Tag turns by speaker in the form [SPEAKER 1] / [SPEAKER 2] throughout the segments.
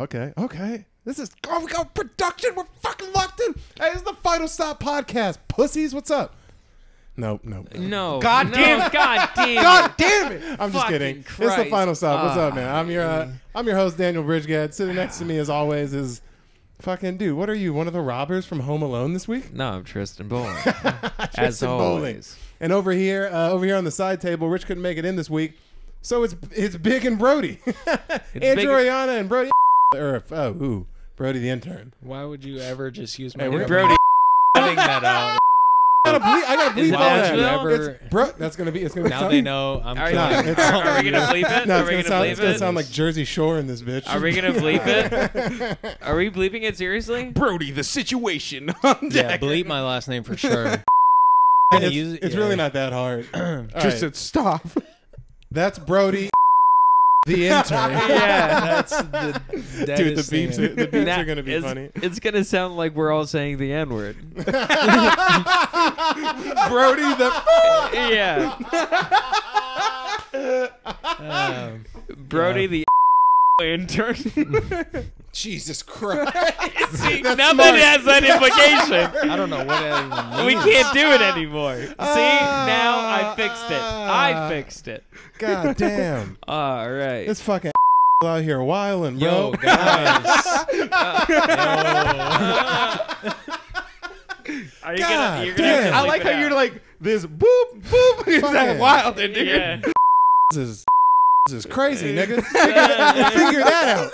[SPEAKER 1] okay, okay. This is oh, we got production. We're fucking locked in. Hey, this is the Final Stop podcast. Pussies, what's up? Nope, nope.
[SPEAKER 2] No.
[SPEAKER 1] God
[SPEAKER 2] no,
[SPEAKER 1] damn it.
[SPEAKER 2] God damn it.
[SPEAKER 1] God damn it! I'm just
[SPEAKER 2] Fucking
[SPEAKER 1] kidding. It's
[SPEAKER 2] Christ.
[SPEAKER 1] the Final Stop. What's up, man? I'm your uh, I'm your host, Daniel Bridgegad. Sitting next to me, as always, is fucking dude. What are you? One of the robbers from Home Alone this week?
[SPEAKER 2] No, I'm Tristan Bowling. As
[SPEAKER 1] Tristan Bowling.
[SPEAKER 2] always.
[SPEAKER 1] And over here, uh, over here on the side table, Rich couldn't make it in this week, so it's it's Big and Brody,
[SPEAKER 2] Big-
[SPEAKER 1] Andrew Ariana and Brody. Or oh, ooh, Brody the intern.
[SPEAKER 3] Why would you ever just use my
[SPEAKER 1] Hey, we're-
[SPEAKER 3] name?
[SPEAKER 2] Brody. cutting that out.
[SPEAKER 1] I gotta bleep. I gotta bleep
[SPEAKER 2] it
[SPEAKER 1] all that.
[SPEAKER 3] Nashville?
[SPEAKER 1] It's bro. That's gonna be. It's gonna be.
[SPEAKER 3] Now
[SPEAKER 1] something.
[SPEAKER 3] they know I'm
[SPEAKER 2] Are,
[SPEAKER 3] killing
[SPEAKER 1] Nah,
[SPEAKER 3] it.
[SPEAKER 1] it's-
[SPEAKER 2] are we gonna bleep it?
[SPEAKER 1] No,
[SPEAKER 2] are
[SPEAKER 1] it's gonna,
[SPEAKER 2] we gonna
[SPEAKER 1] sound,
[SPEAKER 2] bleep
[SPEAKER 1] it's gonna
[SPEAKER 2] it?
[SPEAKER 1] sound like Jersey Shore in this bitch.
[SPEAKER 2] Are we gonna bleep it? Are we bleeping it seriously?
[SPEAKER 4] Brody, the situation on
[SPEAKER 3] Yeah,
[SPEAKER 4] deck.
[SPEAKER 3] bleep my last name for sure. Gonna
[SPEAKER 1] It's,
[SPEAKER 3] use it-
[SPEAKER 1] it's
[SPEAKER 3] yeah.
[SPEAKER 1] really not that hard. All
[SPEAKER 4] Just
[SPEAKER 1] right.
[SPEAKER 4] said stop.
[SPEAKER 1] That's Brody, the intern.
[SPEAKER 2] Yeah.
[SPEAKER 3] That's the
[SPEAKER 1] Dude, the
[SPEAKER 3] deadest
[SPEAKER 1] beeps,
[SPEAKER 3] thing.
[SPEAKER 1] are, the beeps
[SPEAKER 2] Nah,
[SPEAKER 1] are gonna be
[SPEAKER 2] it's,
[SPEAKER 1] funny.
[SPEAKER 2] It's gonna sound like we're all saying the N word.
[SPEAKER 4] Brody, the
[SPEAKER 2] yeah.
[SPEAKER 3] Um,
[SPEAKER 2] Brody the intern.
[SPEAKER 1] Jesus Christ!
[SPEAKER 2] See,
[SPEAKER 1] That's
[SPEAKER 2] nothing
[SPEAKER 1] smart.
[SPEAKER 2] has that implication.
[SPEAKER 3] I don't know what that even
[SPEAKER 2] we
[SPEAKER 3] means.
[SPEAKER 2] can't do it anymore. See, now
[SPEAKER 1] Ah,
[SPEAKER 2] I fixed it. I
[SPEAKER 1] ah.
[SPEAKER 2] fixed it.
[SPEAKER 1] God damn!
[SPEAKER 2] All right.
[SPEAKER 1] This fucking out here wilding,
[SPEAKER 3] Yo,
[SPEAKER 1] bro.
[SPEAKER 3] guys.
[SPEAKER 2] Are
[SPEAKER 1] God
[SPEAKER 2] you gonna, you're gonna have
[SPEAKER 1] damn.
[SPEAKER 2] to bleep
[SPEAKER 4] I like
[SPEAKER 2] it
[SPEAKER 4] how
[SPEAKER 2] out.
[SPEAKER 4] you're like this boop boop. Is
[SPEAKER 1] Fuck
[SPEAKER 4] that
[SPEAKER 1] yeah.
[SPEAKER 4] wild, dude?
[SPEAKER 2] Yeah.
[SPEAKER 1] This is this is crazy, nigga. Figure that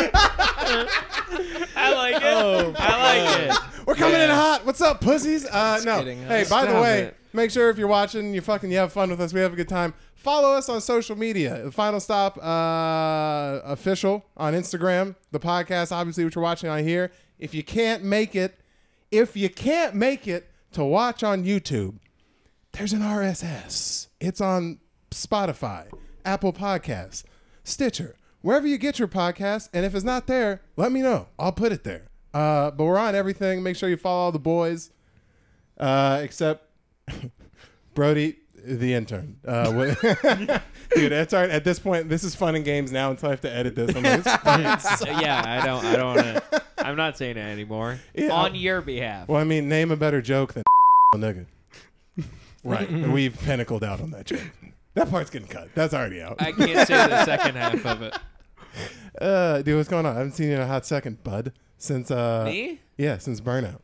[SPEAKER 1] out.
[SPEAKER 2] I like it.
[SPEAKER 3] Oh,
[SPEAKER 2] I like it.
[SPEAKER 1] We're coming in
[SPEAKER 3] Yeah.
[SPEAKER 1] hot. What's up, pussies? Uh, no.
[SPEAKER 3] kidding.
[SPEAKER 1] Hey, by the
[SPEAKER 2] Stop
[SPEAKER 1] way,
[SPEAKER 2] it.
[SPEAKER 1] make sure if you're watching, you fucking you have fun with us. We have a good time. Follow us on social media. The Final Stop uh, official on Instagram. The podcast, obviously, which you're watching on here. If you can't make it, if you can't make it to watch on YouTube, there's an RSS. It's on Spotify, Apple Podcasts, Stitcher, wherever you get your podcasts. And if it's not there, let me know. I'll put it there. Uh, but we're on everything. Make sure you follow all the boys, uh, except Brody, the intern. Uh, what- Dude, that's all right. At this point, this is fun and games now until I have to edit this. I'm like, this fucking sucks.
[SPEAKER 2] yeah, I don't. I don't. Wanna, I'm not saying it anymore.
[SPEAKER 1] Yeah.
[SPEAKER 2] On your behalf.
[SPEAKER 1] well, I mean, name a better joke than nigga. Right. We've pinnacled out on that joke. That part's getting cut. That's already out.
[SPEAKER 2] I can't say the second half of it.
[SPEAKER 1] Uh, dude, what's going on? I haven't seen you in a hot second, bud. Since uh,
[SPEAKER 2] Me?
[SPEAKER 1] yeah, since burnout,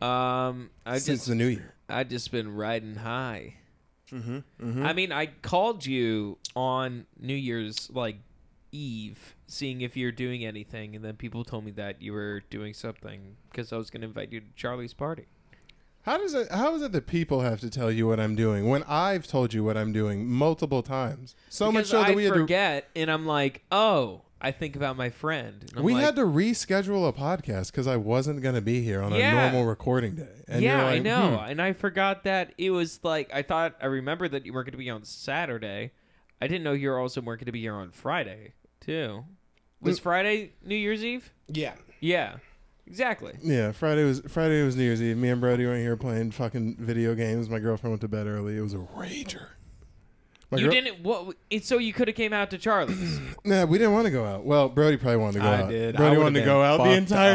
[SPEAKER 2] Um, I
[SPEAKER 1] since
[SPEAKER 2] just
[SPEAKER 1] the new year.
[SPEAKER 2] I just been riding high. Mm-hmm, I mean, I called you on New Year's like Eve, seeing if you're doing anything, and then people told me that you were doing something because I was going to invite you to Charlie's party.
[SPEAKER 1] How does it? How is it that people have to tell you what I'm doing when I've told you what I'm doing multiple times? So much
[SPEAKER 2] Because
[SPEAKER 1] so that
[SPEAKER 2] I
[SPEAKER 1] we had to
[SPEAKER 2] forget, and I'm like, oh, I think about my friend. And I'm
[SPEAKER 1] we
[SPEAKER 2] like,
[SPEAKER 1] had to reschedule a podcast because I wasn't gonna be here on
[SPEAKER 2] Yeah.
[SPEAKER 1] a normal recording day. And
[SPEAKER 2] yeah,
[SPEAKER 1] you're like,
[SPEAKER 2] I know.
[SPEAKER 1] hmm.
[SPEAKER 2] And I forgot that it was like I thought I remembered that you were going to be on Saturday. I didn't know you were also weren't going to be here on Friday too. Was
[SPEAKER 1] Mm.
[SPEAKER 2] Friday New Year's Eve?
[SPEAKER 1] Yeah,
[SPEAKER 2] Yeah, exactly.
[SPEAKER 1] "Hmm." yeah. Friday was Friday was New Year's Eve. Me and Brody were here playing fucking video games. My girlfriend went to bed early. It was a rager. My
[SPEAKER 2] you
[SPEAKER 1] girl-
[SPEAKER 2] didn't. What? It's so you could have came out to Charlie's.
[SPEAKER 1] Nah, we didn't want to go out. Well, Brody probably wanted to go
[SPEAKER 3] I
[SPEAKER 1] out.
[SPEAKER 3] did. I
[SPEAKER 1] Brody
[SPEAKER 3] would've
[SPEAKER 1] wanted to
[SPEAKER 3] been
[SPEAKER 1] go out the
[SPEAKER 3] fucked
[SPEAKER 1] entire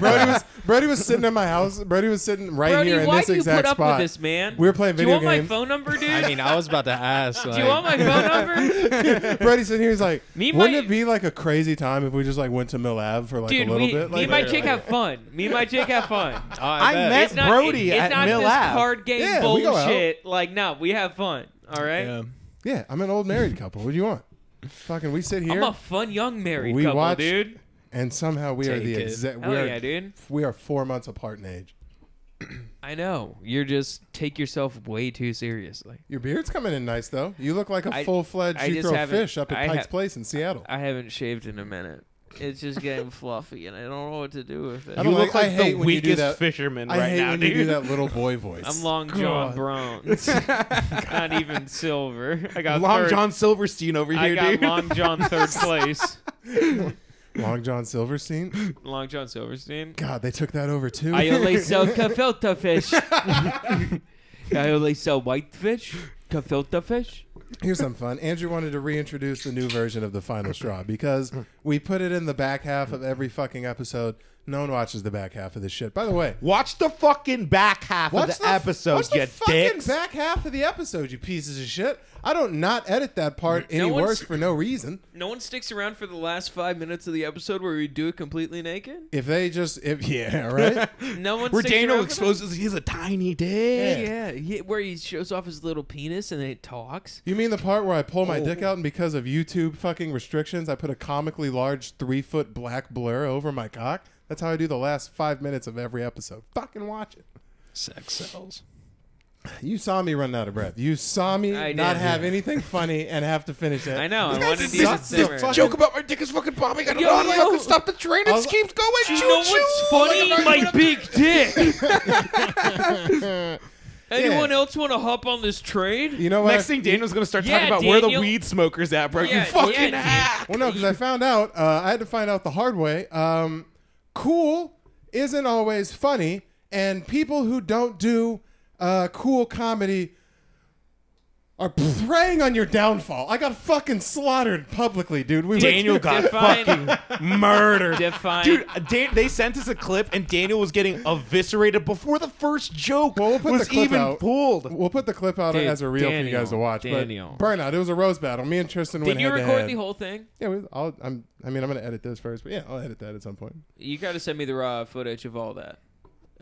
[SPEAKER 1] time, bro. Brody was Brody was sitting at my house. Brody was sitting right
[SPEAKER 2] Brody,
[SPEAKER 1] here in
[SPEAKER 2] why
[SPEAKER 1] this
[SPEAKER 2] do you
[SPEAKER 1] exact
[SPEAKER 2] put up
[SPEAKER 1] spot.
[SPEAKER 2] with this, man?
[SPEAKER 1] We were playing
[SPEAKER 2] do you
[SPEAKER 1] video
[SPEAKER 2] want
[SPEAKER 1] games.
[SPEAKER 2] my phone number, dude?
[SPEAKER 3] I mean, I was about to ask. Like,
[SPEAKER 2] do you want my phone number,
[SPEAKER 1] Brody sitting here, he's like,
[SPEAKER 2] Me and
[SPEAKER 1] wouldn't
[SPEAKER 2] my-
[SPEAKER 1] it be like a crazy time if we just like went to Mill Ave for like
[SPEAKER 2] dude?
[SPEAKER 1] a little
[SPEAKER 2] we,
[SPEAKER 1] bit?
[SPEAKER 2] me
[SPEAKER 1] Like,
[SPEAKER 2] and my chick have fun. Me and my chick have fun.
[SPEAKER 3] Oh, I,
[SPEAKER 4] I
[SPEAKER 3] bet.
[SPEAKER 4] met-
[SPEAKER 2] It's not,
[SPEAKER 4] Brody
[SPEAKER 2] it- it's
[SPEAKER 4] at
[SPEAKER 2] not
[SPEAKER 4] Mill
[SPEAKER 2] this
[SPEAKER 4] Ave.
[SPEAKER 2] card game
[SPEAKER 1] Yeah, we go out.
[SPEAKER 2] bullshit. Like, no, we have fun. All right.
[SPEAKER 3] Yeah.
[SPEAKER 1] yeah, I'm an old married couple. What do you want? Fucking, we sit
[SPEAKER 2] I'm
[SPEAKER 1] here
[SPEAKER 2] a fun young married
[SPEAKER 1] We
[SPEAKER 2] couple,
[SPEAKER 1] watched-
[SPEAKER 2] dude.
[SPEAKER 1] and somehow we are
[SPEAKER 3] Take
[SPEAKER 1] the
[SPEAKER 3] it.
[SPEAKER 1] exact.
[SPEAKER 2] Hell
[SPEAKER 1] We are,
[SPEAKER 2] yeah, dude.
[SPEAKER 1] we are four months apart in age.
[SPEAKER 2] I know. You're just take yourself way too seriously.
[SPEAKER 1] Your beard's coming in nice though. You look like
[SPEAKER 2] I-
[SPEAKER 1] a full fledged
[SPEAKER 2] I
[SPEAKER 1] you
[SPEAKER 2] just
[SPEAKER 1] throw
[SPEAKER 2] haven't-
[SPEAKER 1] fish up at
[SPEAKER 2] I
[SPEAKER 1] Pike's
[SPEAKER 2] ha-
[SPEAKER 1] Place in Seattle.
[SPEAKER 2] I haven't shaved in a minute. It's just getting fluffy, and I don't know what to do with it.
[SPEAKER 1] I
[SPEAKER 4] You
[SPEAKER 1] don't
[SPEAKER 4] look
[SPEAKER 1] like- I
[SPEAKER 4] like
[SPEAKER 1] hate
[SPEAKER 4] the
[SPEAKER 1] when you do
[SPEAKER 4] weakest
[SPEAKER 1] that.
[SPEAKER 4] fisherman
[SPEAKER 1] I
[SPEAKER 4] right
[SPEAKER 1] hate
[SPEAKER 4] now,
[SPEAKER 1] when
[SPEAKER 4] dude.
[SPEAKER 1] you do that little boy voice.
[SPEAKER 2] I'm Long
[SPEAKER 1] God.
[SPEAKER 2] John Bronze. Not even silver. I got
[SPEAKER 4] Long
[SPEAKER 2] third.
[SPEAKER 4] John Silverstein over
[SPEAKER 2] I
[SPEAKER 4] here,
[SPEAKER 2] got
[SPEAKER 4] dude.
[SPEAKER 2] Long John third place.
[SPEAKER 1] Long John Silverstein.
[SPEAKER 2] Long John Silverstein.
[SPEAKER 1] God, they took that over too.
[SPEAKER 2] I only sell gefilte fish. I only sell white fish, gefilte fish,
[SPEAKER 1] Here's something fun. Andrew wanted to reintroduce the new version of the final straw because we put it in the back half of every fucking episode. No one watches the back half of this shit. By the way,
[SPEAKER 5] Watch the fucking back half
[SPEAKER 1] watch
[SPEAKER 5] of the, episode,
[SPEAKER 1] watch the
[SPEAKER 5] you
[SPEAKER 1] fucking
[SPEAKER 5] dicks.
[SPEAKER 1] back half of the episode, you pieces of shit. I don't not edit that part any
[SPEAKER 2] one's-
[SPEAKER 1] worse for no reason.
[SPEAKER 2] No one sticks around for the last five minutes of the episode where we do it completely naked.
[SPEAKER 1] If they just if yeah right.
[SPEAKER 2] No one.
[SPEAKER 4] Where
[SPEAKER 2] sticks
[SPEAKER 4] Daniel
[SPEAKER 2] around for that?
[SPEAKER 4] exposes he's a tiny dick.
[SPEAKER 2] Yeah, yeah, where he shows off his little penis and then it talks.
[SPEAKER 1] You mean the part where I pull
[SPEAKER 2] Oh.
[SPEAKER 1] my dick out and because of YouTube fucking restrictions, I put a comically large three foot black blur over my cock? That's how I do the last five minutes of every episode. Fucking watch it.
[SPEAKER 3] Sex sells.
[SPEAKER 1] You saw me run out of breath. You saw me
[SPEAKER 2] I
[SPEAKER 1] not
[SPEAKER 2] did.
[SPEAKER 1] have anything funny and have to finish it.
[SPEAKER 2] I know. I
[SPEAKER 1] This guy
[SPEAKER 2] wanted you to
[SPEAKER 1] sucks
[SPEAKER 2] simmer.
[SPEAKER 1] fucking-
[SPEAKER 4] Joke about my dick is fucking bombing. I don't
[SPEAKER 2] Yo,
[SPEAKER 4] know how
[SPEAKER 2] yo.
[SPEAKER 4] I can stop the train.
[SPEAKER 1] I
[SPEAKER 4] It
[SPEAKER 1] was-
[SPEAKER 4] keeps going.
[SPEAKER 2] You
[SPEAKER 4] choo
[SPEAKER 2] know
[SPEAKER 4] choo.
[SPEAKER 2] what's funny? My big dick. Anyone else want to hop on this train?
[SPEAKER 1] You know what?
[SPEAKER 4] Next thing, Daniel's gonna start
[SPEAKER 2] Yeah,
[SPEAKER 4] talking about where the
[SPEAKER 2] Daniel.
[SPEAKER 4] weed smokers at, bro.
[SPEAKER 2] Yeah,
[SPEAKER 4] you fucking
[SPEAKER 2] yeah, dude.
[SPEAKER 4] hack.
[SPEAKER 1] well, no, because I found out. Uh, I had to find out the hard way. Um, cool isn't always funny, and people who don't do uh, cool comedy are preying on your downfall. I got fucking slaughtered publicly, dude. We went
[SPEAKER 5] Daniel
[SPEAKER 1] through-
[SPEAKER 5] got
[SPEAKER 2] Define-
[SPEAKER 5] fucking murdered.
[SPEAKER 2] Define.
[SPEAKER 5] Dude, Dan- they sent us a clip and Daniel was getting eviscerated before the first joke
[SPEAKER 1] Well, we'll put
[SPEAKER 5] was
[SPEAKER 1] the clip
[SPEAKER 5] even
[SPEAKER 1] out.
[SPEAKER 5] pulled.
[SPEAKER 1] We'll put the clip out
[SPEAKER 2] Dude,
[SPEAKER 1] as a reel for you
[SPEAKER 2] Daniel,
[SPEAKER 1] guys to watch.
[SPEAKER 2] Daniel.
[SPEAKER 1] But burnout. It was a rose battle. Me and Tristan
[SPEAKER 2] Did
[SPEAKER 1] went
[SPEAKER 2] you
[SPEAKER 1] head to
[SPEAKER 2] record
[SPEAKER 1] head.
[SPEAKER 2] the whole thing?
[SPEAKER 1] Yeah, we, I'll, I'm. I mean, I'm gonna edit this first, but yeah, I'll edit that at some point.
[SPEAKER 2] You got to send me the raw footage of all that.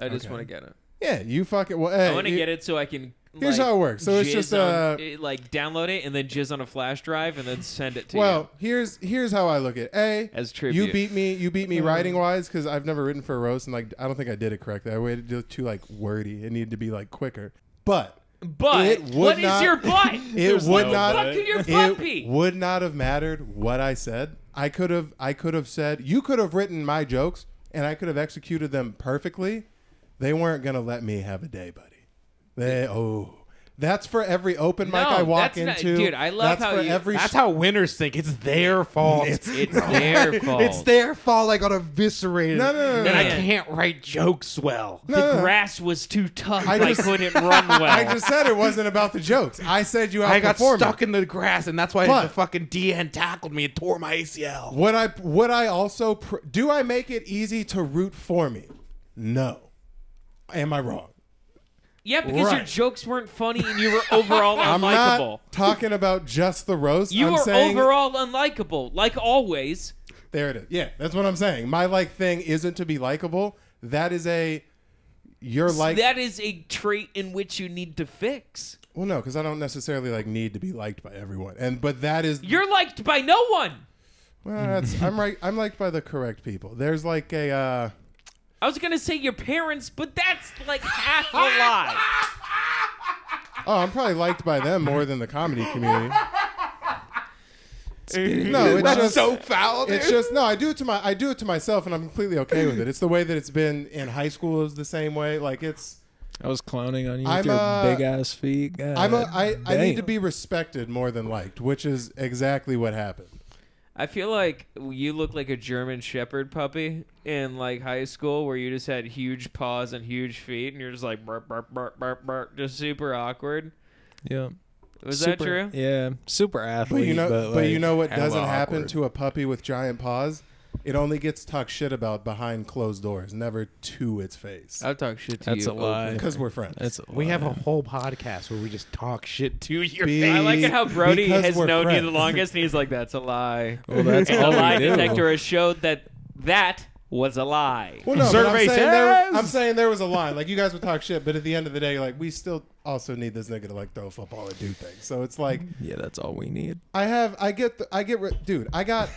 [SPEAKER 2] I just
[SPEAKER 1] Okay.
[SPEAKER 2] want to get it.
[SPEAKER 1] Yeah, you fucking. Well, hey,
[SPEAKER 2] I want to
[SPEAKER 1] you-
[SPEAKER 2] get it so I can.
[SPEAKER 1] Here's
[SPEAKER 2] like,
[SPEAKER 1] how it works. So it's
[SPEAKER 2] jizz
[SPEAKER 1] just,
[SPEAKER 2] on-
[SPEAKER 1] uh,
[SPEAKER 2] it- like download it and then jizz on a flash drive and then send it to
[SPEAKER 1] Well,
[SPEAKER 2] you.
[SPEAKER 1] here's here's how I look at it. a
[SPEAKER 2] As tribute.
[SPEAKER 1] You beat me. You beat me writing wise because I've never written for a roast, and like I don't think I did it correctly. I waited to too like wordy. It needed to be like quicker. But
[SPEAKER 2] But
[SPEAKER 1] it would
[SPEAKER 2] what is
[SPEAKER 1] not-
[SPEAKER 2] your butt?
[SPEAKER 1] it would
[SPEAKER 3] no
[SPEAKER 1] not.
[SPEAKER 2] What could your butt
[SPEAKER 1] It
[SPEAKER 2] be?
[SPEAKER 1] would not have mattered what I said. I could have. I could have said. You could have written my jokes, and I could have executed them perfectly. They weren't gonna let me have a day, buddy. They oh. That's for every open mic
[SPEAKER 2] No,
[SPEAKER 1] I walk
[SPEAKER 2] that's not-
[SPEAKER 1] into.
[SPEAKER 2] dude, I love
[SPEAKER 1] that's
[SPEAKER 2] how
[SPEAKER 1] for
[SPEAKER 2] you-
[SPEAKER 1] every
[SPEAKER 5] That's how winners think. It's their fault.
[SPEAKER 1] It's-
[SPEAKER 2] It's their fault.
[SPEAKER 5] It's their fault. I got eviscerated.
[SPEAKER 1] No, no, no, no,
[SPEAKER 5] And I
[SPEAKER 2] no.
[SPEAKER 5] can't write jokes well.
[SPEAKER 1] No, no,
[SPEAKER 2] the
[SPEAKER 1] no.
[SPEAKER 2] grass was too tough.
[SPEAKER 1] I
[SPEAKER 2] I,
[SPEAKER 1] just-
[SPEAKER 2] couldn't run well.
[SPEAKER 1] I just said it wasn't about the jokes. I said you outperformed.
[SPEAKER 5] I got
[SPEAKER 1] me.
[SPEAKER 5] stuck in the grass, and that's why
[SPEAKER 1] But-
[SPEAKER 5] the fucking DN tackled me and tore my ACL.
[SPEAKER 1] Would I? Would I also? Pr- do I make it easy to root for me? No. Am I wrong?
[SPEAKER 2] yeah, because your
[SPEAKER 1] Right.
[SPEAKER 2] jokes weren't funny and you were overall
[SPEAKER 1] I'm
[SPEAKER 2] unlikable.
[SPEAKER 1] not talking about just the roast.
[SPEAKER 2] You
[SPEAKER 1] I'm
[SPEAKER 2] were
[SPEAKER 1] saying
[SPEAKER 2] overall unlikable, like always.
[SPEAKER 1] there it is. Yeah, that's what I'm saying. My like thing isn't to be likable. That is a you're like
[SPEAKER 2] that is a trait in which you need to fix.
[SPEAKER 1] well no because I don't necessarily like need to be liked by everyone and but that is
[SPEAKER 2] You're liked by no one.
[SPEAKER 1] well, that's, I'm right I'm liked by the correct people. There's like a uh,
[SPEAKER 2] I was gonna say your parents, but that's like half a lie.
[SPEAKER 1] Oh, I'm probably liked by them more than the comedy community. No, it's
[SPEAKER 5] That's
[SPEAKER 1] just
[SPEAKER 5] so foul, dude.
[SPEAKER 1] it's just no. I do it to my I do it to myself, and I'm completely okay with it. It's the way that it's been in high school is the same way. Like it's
[SPEAKER 3] I was clowning on you
[SPEAKER 1] I'm
[SPEAKER 3] with your
[SPEAKER 1] a-
[SPEAKER 3] big ass feet. God,
[SPEAKER 1] I'm a, I, I need
[SPEAKER 3] damn.
[SPEAKER 1] to be respected more than liked, which is exactly what happened.
[SPEAKER 2] I feel like you look like a German Shepherd puppy in like high school, where you just had huge paws and huge feet, and you're just like burp burp burp burp burp, just super awkward.
[SPEAKER 3] Yeah.
[SPEAKER 2] Was that
[SPEAKER 3] Super-
[SPEAKER 2] true?
[SPEAKER 3] Yeah, super
[SPEAKER 1] But
[SPEAKER 3] athlete.
[SPEAKER 1] you know, but,
[SPEAKER 3] like,
[SPEAKER 1] you know what
[SPEAKER 3] hella
[SPEAKER 1] doesn't happen
[SPEAKER 3] awkward.
[SPEAKER 1] to a puppy with giant paws? It only gets talked shit about behind closed doors, never to its face.
[SPEAKER 2] I'll talk shit to
[SPEAKER 3] That's
[SPEAKER 2] you.
[SPEAKER 3] a lie.
[SPEAKER 1] Because we're friends.
[SPEAKER 3] That's a
[SPEAKER 5] We have a
[SPEAKER 3] lie.
[SPEAKER 5] whole podcast where we just talk shit to your
[SPEAKER 1] Be-
[SPEAKER 2] I like it how Brody
[SPEAKER 1] Because
[SPEAKER 2] has
[SPEAKER 1] we're
[SPEAKER 2] known you the
[SPEAKER 1] friends.
[SPEAKER 2] longest, and he's like, "That's a lie."
[SPEAKER 3] Well, that's
[SPEAKER 2] and the
[SPEAKER 3] all we
[SPEAKER 2] lie
[SPEAKER 3] do.
[SPEAKER 2] detector has showed that that was a lie.
[SPEAKER 1] Well, no, but
[SPEAKER 5] Survey
[SPEAKER 1] I'm, saying there,
[SPEAKER 5] says-
[SPEAKER 1] I'm saying there was a line. Like you guys would talk shit, but at the end of the day, you're like we still also need this nigga to like throw a football and do things. So it's like
[SPEAKER 3] Yeah, that's all we need.
[SPEAKER 1] I have, I get, the, I get, re- dude, I got,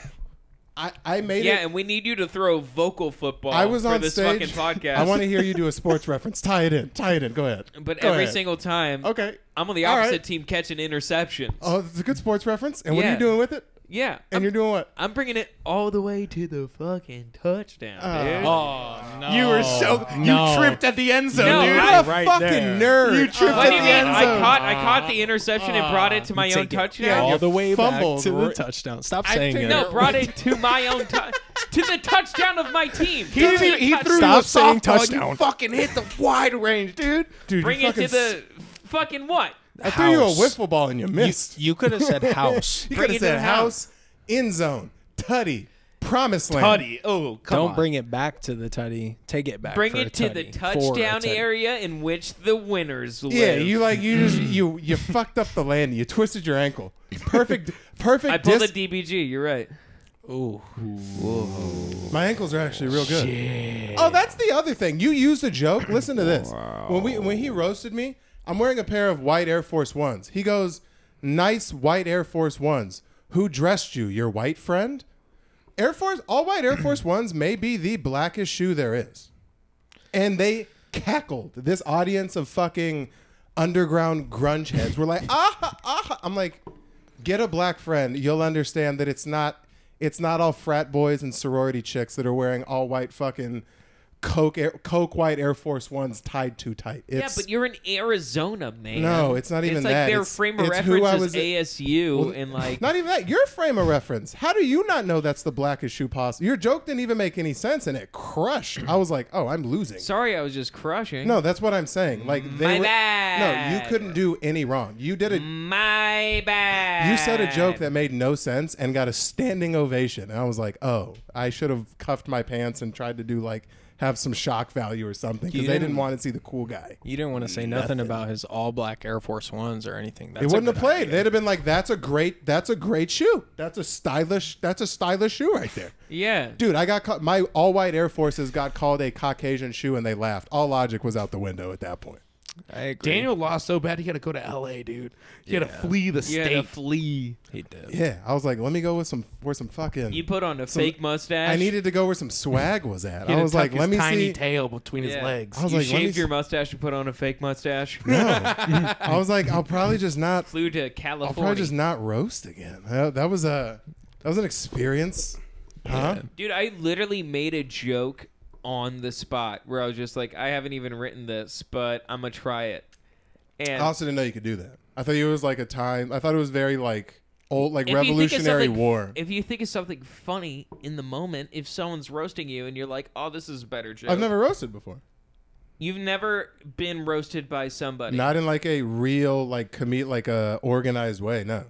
[SPEAKER 1] I, I made
[SPEAKER 2] Yeah,
[SPEAKER 1] it.
[SPEAKER 2] and we need you to throw vocal football.
[SPEAKER 1] I was
[SPEAKER 2] for
[SPEAKER 1] on
[SPEAKER 2] this
[SPEAKER 1] stage.
[SPEAKER 2] fucking podcast.
[SPEAKER 1] I want to hear you do a sports reference. Tie it in. Tie it in. Go ahead.
[SPEAKER 2] but
[SPEAKER 1] Go
[SPEAKER 2] every
[SPEAKER 1] ahead.
[SPEAKER 2] single time,
[SPEAKER 1] Okay.
[SPEAKER 2] I'm on the
[SPEAKER 1] All right.
[SPEAKER 2] opposite team catching interceptions.
[SPEAKER 1] Oh, it's a good sports reference. And what are
[SPEAKER 2] Yeah.
[SPEAKER 1] you doing with it?
[SPEAKER 2] yeah,
[SPEAKER 1] And
[SPEAKER 2] I'm,
[SPEAKER 1] you're doing what?
[SPEAKER 2] I'm bringing it all the way to the fucking touchdown, dude.
[SPEAKER 3] Oh no!
[SPEAKER 5] You were so you tripped at the end zone,
[SPEAKER 2] No,
[SPEAKER 5] dude.
[SPEAKER 2] I-
[SPEAKER 5] What a
[SPEAKER 3] right
[SPEAKER 5] fucking
[SPEAKER 3] there.
[SPEAKER 5] nerd. You tripped
[SPEAKER 2] what
[SPEAKER 5] at
[SPEAKER 2] do you
[SPEAKER 5] the
[SPEAKER 2] mean?
[SPEAKER 5] end
[SPEAKER 2] I
[SPEAKER 5] zone.
[SPEAKER 2] caught I caught
[SPEAKER 1] Oh.
[SPEAKER 2] the interception and brought it to my own touchdown.
[SPEAKER 3] all
[SPEAKER 1] you
[SPEAKER 3] the way back
[SPEAKER 1] fumbled
[SPEAKER 3] to the
[SPEAKER 1] right-
[SPEAKER 3] touchdown. Stop saying
[SPEAKER 1] think-
[SPEAKER 3] it.
[SPEAKER 2] no, brought it to my own touch to the touchdown of my team.
[SPEAKER 5] He, didn't even- he threw Stop
[SPEAKER 3] Stop saying
[SPEAKER 5] softball.
[SPEAKER 3] touchdown.
[SPEAKER 5] You fucking hit the wide range, dude.
[SPEAKER 1] Dude, you
[SPEAKER 2] Bring it
[SPEAKER 1] fucking
[SPEAKER 2] to the fucking what?
[SPEAKER 1] I threw you a
[SPEAKER 3] House.
[SPEAKER 1] wiffle ball and you missed.
[SPEAKER 3] You could have said house.
[SPEAKER 1] You
[SPEAKER 2] Bring
[SPEAKER 1] could have
[SPEAKER 2] it to
[SPEAKER 1] said
[SPEAKER 2] the house.
[SPEAKER 1] house, end zone, tutty, promised land.
[SPEAKER 5] Putty. Oh, come
[SPEAKER 3] Don't
[SPEAKER 5] on.
[SPEAKER 3] bring it back to the tutty. Take it back.
[SPEAKER 2] Bring
[SPEAKER 3] for a
[SPEAKER 2] it to the
[SPEAKER 3] tutty, for a
[SPEAKER 2] touchdown
[SPEAKER 3] tutty.
[SPEAKER 2] area in which the winners live.
[SPEAKER 1] Yeah, you like you just you you fucked up the land. You twisted your ankle. Perfect, perfect.
[SPEAKER 2] I pulled
[SPEAKER 1] dis-
[SPEAKER 2] a DBG. You're right.
[SPEAKER 3] Ooh.
[SPEAKER 1] My ankles are actually real good. Oh, that's the other thing. You used a joke. Listen to this. When we when he roasted me, I'm wearing a pair of white Air Force Ones. He goes, "Nice white Air Force Ones. Who dressed you? Your white friend?" Air Force all white Air Force Ones may be the blackest shoe there is, and they cackled. This audience of fucking underground grunge heads were like, "Ah, ah!" I'm like, get a black friend you'll understand that it's not it's not all frat boys and sorority chicks that are wearing all white fucking coke air, coke white air force ones tied too tight it's
[SPEAKER 2] yeah, but you're in Arizona, man.
[SPEAKER 1] No, it's not even
[SPEAKER 2] it's like
[SPEAKER 1] that.
[SPEAKER 2] Their
[SPEAKER 1] It's-
[SPEAKER 2] frame of
[SPEAKER 1] it's who
[SPEAKER 2] reference
[SPEAKER 1] I
[SPEAKER 2] is
[SPEAKER 1] was-
[SPEAKER 2] ASU, and like
[SPEAKER 1] not even that your frame of reference how do you not know that's the blackest shoe possible your joke didn't even make any sense and it crushed i was like oh i'm losing
[SPEAKER 2] Sorry, I was just crushing.
[SPEAKER 1] no that's what i'm saying like they
[SPEAKER 2] My
[SPEAKER 1] were, no
[SPEAKER 2] bad.
[SPEAKER 1] you couldn't do any wrong you did a
[SPEAKER 2] my bad.
[SPEAKER 1] You said a joke that made no sense and got a standing ovation. And I was like, oh, I should have cuffed my pants and tried to do like have some shock value or something because
[SPEAKER 3] You
[SPEAKER 1] they
[SPEAKER 3] didn't-
[SPEAKER 1] didn't want to see the cool guy.
[SPEAKER 3] You didn't want to say nothing, about his all black Air Force Ones or anything. That's
[SPEAKER 1] They
[SPEAKER 3] a
[SPEAKER 1] wouldn't
[SPEAKER 3] good
[SPEAKER 1] have played.
[SPEAKER 3] idea.
[SPEAKER 1] They'd have been like, that's a great, that's a great shoe. That's a stylish, that's a stylish shoe right there.
[SPEAKER 2] Yeah.
[SPEAKER 1] Dude, I got caught. My all white Air Forces got called a Caucasian shoe and they laughed. All logic was out the window at that point.
[SPEAKER 3] I agree.
[SPEAKER 5] Daniel lost so bad he had to go to L.A., dude. He had to flee the
[SPEAKER 2] You had
[SPEAKER 5] state.
[SPEAKER 2] to flee.
[SPEAKER 3] he did.
[SPEAKER 1] Yeah. I was like, let me go with some, where some fucking.
[SPEAKER 2] You put on a fake mustache.
[SPEAKER 1] I needed to go where some swag was at.
[SPEAKER 5] He had
[SPEAKER 1] I
[SPEAKER 5] to
[SPEAKER 1] was like,
[SPEAKER 5] tuck
[SPEAKER 1] let
[SPEAKER 5] his
[SPEAKER 1] me
[SPEAKER 5] tiny
[SPEAKER 1] see.
[SPEAKER 5] tail between his
[SPEAKER 2] Yeah.
[SPEAKER 5] legs.
[SPEAKER 1] I was
[SPEAKER 2] You
[SPEAKER 1] like, let me
[SPEAKER 2] shaved your
[SPEAKER 1] see-
[SPEAKER 2] mustache and put on a fake mustache.
[SPEAKER 1] No. I was like, I'll probably just not.
[SPEAKER 2] Flew to
[SPEAKER 1] I'll
[SPEAKER 2] California.
[SPEAKER 1] probably just not roast again. Uh, that was a that was an experience. Huh?
[SPEAKER 2] Dude, I literally made a joke on the spot where I was just like, I haven't even written this, but I'm gonna try it. And
[SPEAKER 1] I also didn't know you could do that. I thought it was like a time. I thought it was very like old, like
[SPEAKER 2] if you think of
[SPEAKER 1] Revolutionary
[SPEAKER 2] something-
[SPEAKER 1] War.
[SPEAKER 2] If you think of something funny in the moment, if someone's roasting you and you're like, "Oh, this is a better joke,"
[SPEAKER 1] I've never roasted before.
[SPEAKER 2] you've never been roasted by somebody.
[SPEAKER 1] Not in like a real like commit like a organized way. No.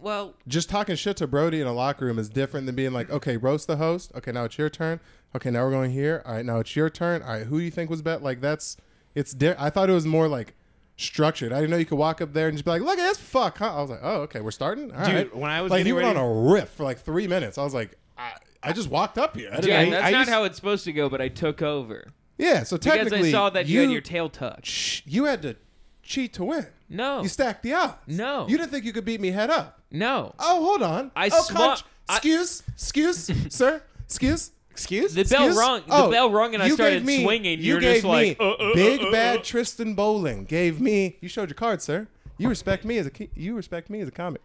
[SPEAKER 2] well,
[SPEAKER 1] Just talking shit to Brody in a locker room is different than being like, okay, roast the host. Okay, now it's your turn. Okay, now we're going here. All right, now it's your turn. All right, who do you think was bet? Like that's it's. Di- I thought it was more like structured. I didn't know you could walk up there and just be like, look at this fuck. Huh? I was like, oh, okay, we're starting. All right.
[SPEAKER 5] Dude, when I was
[SPEAKER 1] like, he
[SPEAKER 5] getting
[SPEAKER 1] went
[SPEAKER 5] ready-
[SPEAKER 1] on a riff for like three minutes. I was like, I, I just walked up here. I didn't
[SPEAKER 2] yeah,
[SPEAKER 5] I-
[SPEAKER 2] that's
[SPEAKER 5] I
[SPEAKER 2] not
[SPEAKER 5] used-
[SPEAKER 2] how it's supposed to go, but I took over
[SPEAKER 1] yeah. So
[SPEAKER 2] because
[SPEAKER 1] technically,
[SPEAKER 2] I saw that you, had your tail touch.
[SPEAKER 1] sh- you had to cheat to win.
[SPEAKER 2] No,
[SPEAKER 1] You stacked the odds.
[SPEAKER 2] No.
[SPEAKER 1] you didn't think you could beat me head up.
[SPEAKER 2] no.
[SPEAKER 1] Oh, hold on.
[SPEAKER 2] I
[SPEAKER 1] oh,
[SPEAKER 2] swa-
[SPEAKER 1] conch-
[SPEAKER 2] I-
[SPEAKER 1] excuse, excuse, sir, excuse, excuse.
[SPEAKER 2] The bell
[SPEAKER 1] excuse?
[SPEAKER 2] rung- the
[SPEAKER 1] Oh,
[SPEAKER 2] bell rung and I
[SPEAKER 1] you
[SPEAKER 2] started
[SPEAKER 1] gave me-
[SPEAKER 2] swinging.
[SPEAKER 1] You
[SPEAKER 2] You're
[SPEAKER 1] gave
[SPEAKER 2] just like,
[SPEAKER 1] me
[SPEAKER 2] uh, uh,
[SPEAKER 1] big
[SPEAKER 2] uh, uh,
[SPEAKER 1] bad
[SPEAKER 2] uh."
[SPEAKER 1] Tristan Bowling gave me. You showed your card, sir. You respect me as a ki- you respect me as a comic.